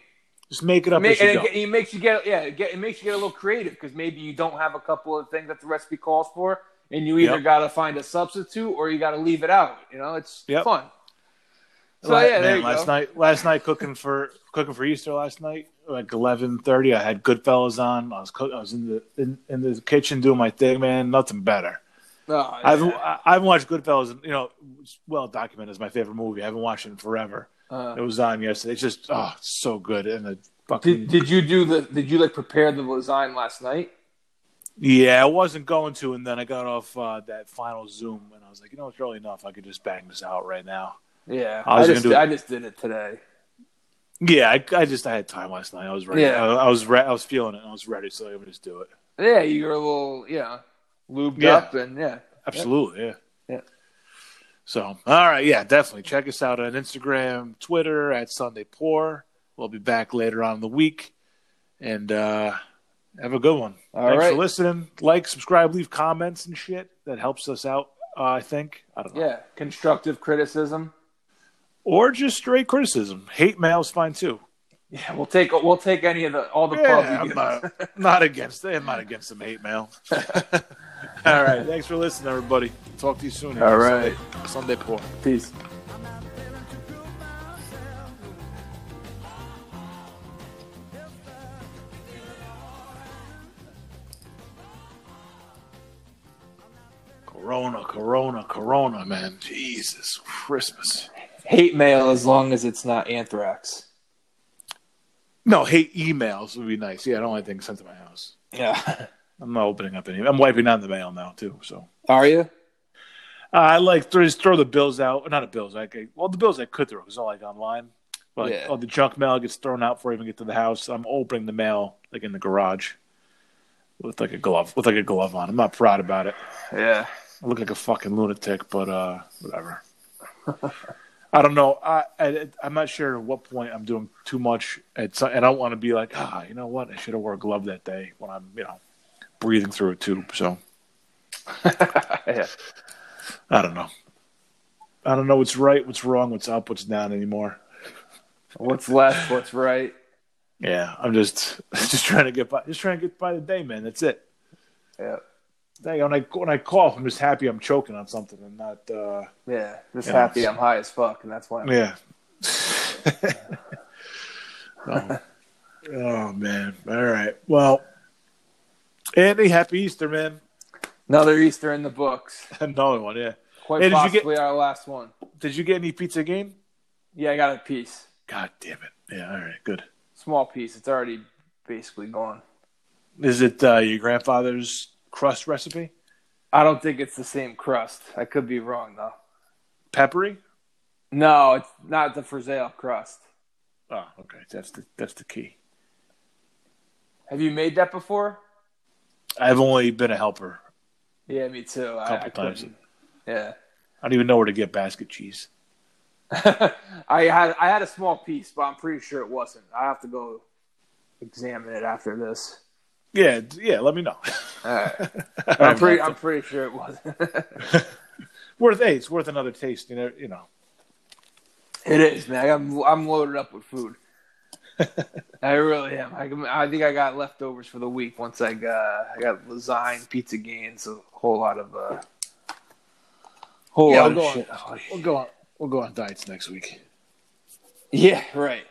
Just make it up Ma- as you and go. it, it makes you get yeah, it, get, it makes you get a little creative because maybe you don't have a couple of things that the recipe calls for, and you either Yep. got to find a substitute or you got to leave it out. You know, it's Yep. fun. So La- Oh, yeah, there man, you last go. night, last night cooking for cooking for Easter last night, like eleven thirty. I had Goodfellas on. I was cook, I was in the in, in the kitchen doing my thing, man. Nothing better. Oh, I've yeah. I- I've watched Goodfellas. You know, it's well documented as my favorite movie. I haven't watched it in forever. Uh, It was on yesterday. It's just oh, it's so good. And the fucking did, did you do the? Did you like prepare the lasagna last night? Yeah, I wasn't going to, and then I got off uh, that final Zoom, and I was like, you know, it's early enough. I could just bang this out right now. Yeah, I I, was gonna just do it- I just did it today. Yeah, I, I just I had time last night. I was ready. Yeah. I, I was re- I was feeling it. I was ready, so I'm just do it. Yeah, you were a little yeah lubed Yeah. up and yeah. Absolutely, yeah. Yeah. So, all right, yeah, definitely check us out on Instagram, Twitter at Sunday Pour. We'll be back later on in the week, and uh, have a good one. All Thanks right. for listening. Like, subscribe, leave comments and shit. That helps us out. Uh, I think. I don't know. Yeah, constructive criticism. Or just straight criticism. Hate mail is fine too. Yeah, we'll take we'll take any of the all the love you Yeah, I'm give us. not, not against it. I'm not against some hate mail. All right. Thanks for listening, everybody. Talk to you soon. All right. Sunday, Sunday pour. Peace. I'm not willing to prove myself. no. If I could get Corona, Corona, Corona, man. Jesus, Christmas. Hate mail as long as it's not anthrax. No, hate emails would be nice. Yeah, I don't want anything sent to my house. Yeah. I'm not opening up any. I'm wiping out the mail now too. So Are you? uh, I like throw, just throw the bills out. Not the bills. I could, well, the bills I could throw because all like online. But Yeah. all the junk mail gets thrown out before I even get to the house. I'm opening the mail like in the garage with like a glove with like a glove on. I'm not proud about it. Yeah. I look like a fucking lunatic, but uh, whatever. I don't know. I, I I'm not sure at what point I'm doing too much. At some, and I don't want to be like, ah, you know what? I should have wore a glove that day when I'm, you know, breathing through a tube. So yeah. I don't know. I don't know what's right, what's wrong, what's up, what's down anymore. What's left? What's right? Yeah, I'm just just trying to get by, just trying to get by the day, man. That's it. Yeah. Dang, when I when I cough, I'm just happy I'm choking on something and not. uh Yeah. Just Yeah. happy I'm high as fuck, and that's why. I'm, Yeah. oh. Oh, man. All right. Well, Andy, happy Easter, man. Another Easter in the books. Another one, yeah. Quite Hey, did you get- possibly our last one. Did you get any pizza game? Yeah, I got a piece, God damn it. Yeah. All right. Good. small piece. It's already basically gone. Is it uh, your grandfather's crust recipe? I don't think it's the same crust. I could be wrong though. Peppery? No, it's not the Frizzale crust. Oh, okay. That's the that's the key. Have you made that before? I've only been a helper. Yeah, me too. A Couple times. Yeah, I don't even know where to get basket cheese. I had I had a small piece, but I'm pretty sure it wasn't. I have to go examine it after this. Yeah, d- yeah. Let me know. All right. All I'm right, pretty Martha. I'm pretty sure it wasn't. worth hey, it's worth another taste. You know, you know. it is, man. I'm I'm loaded up with food. I really am. I, can- I think I got leftovers for the week. Once I got I got lasagna, pizza gains, a whole lot of uh, whole Yeah, lot I'll of go shit. Oh, We'll go on. We'll go on diets next week. Yeah, right.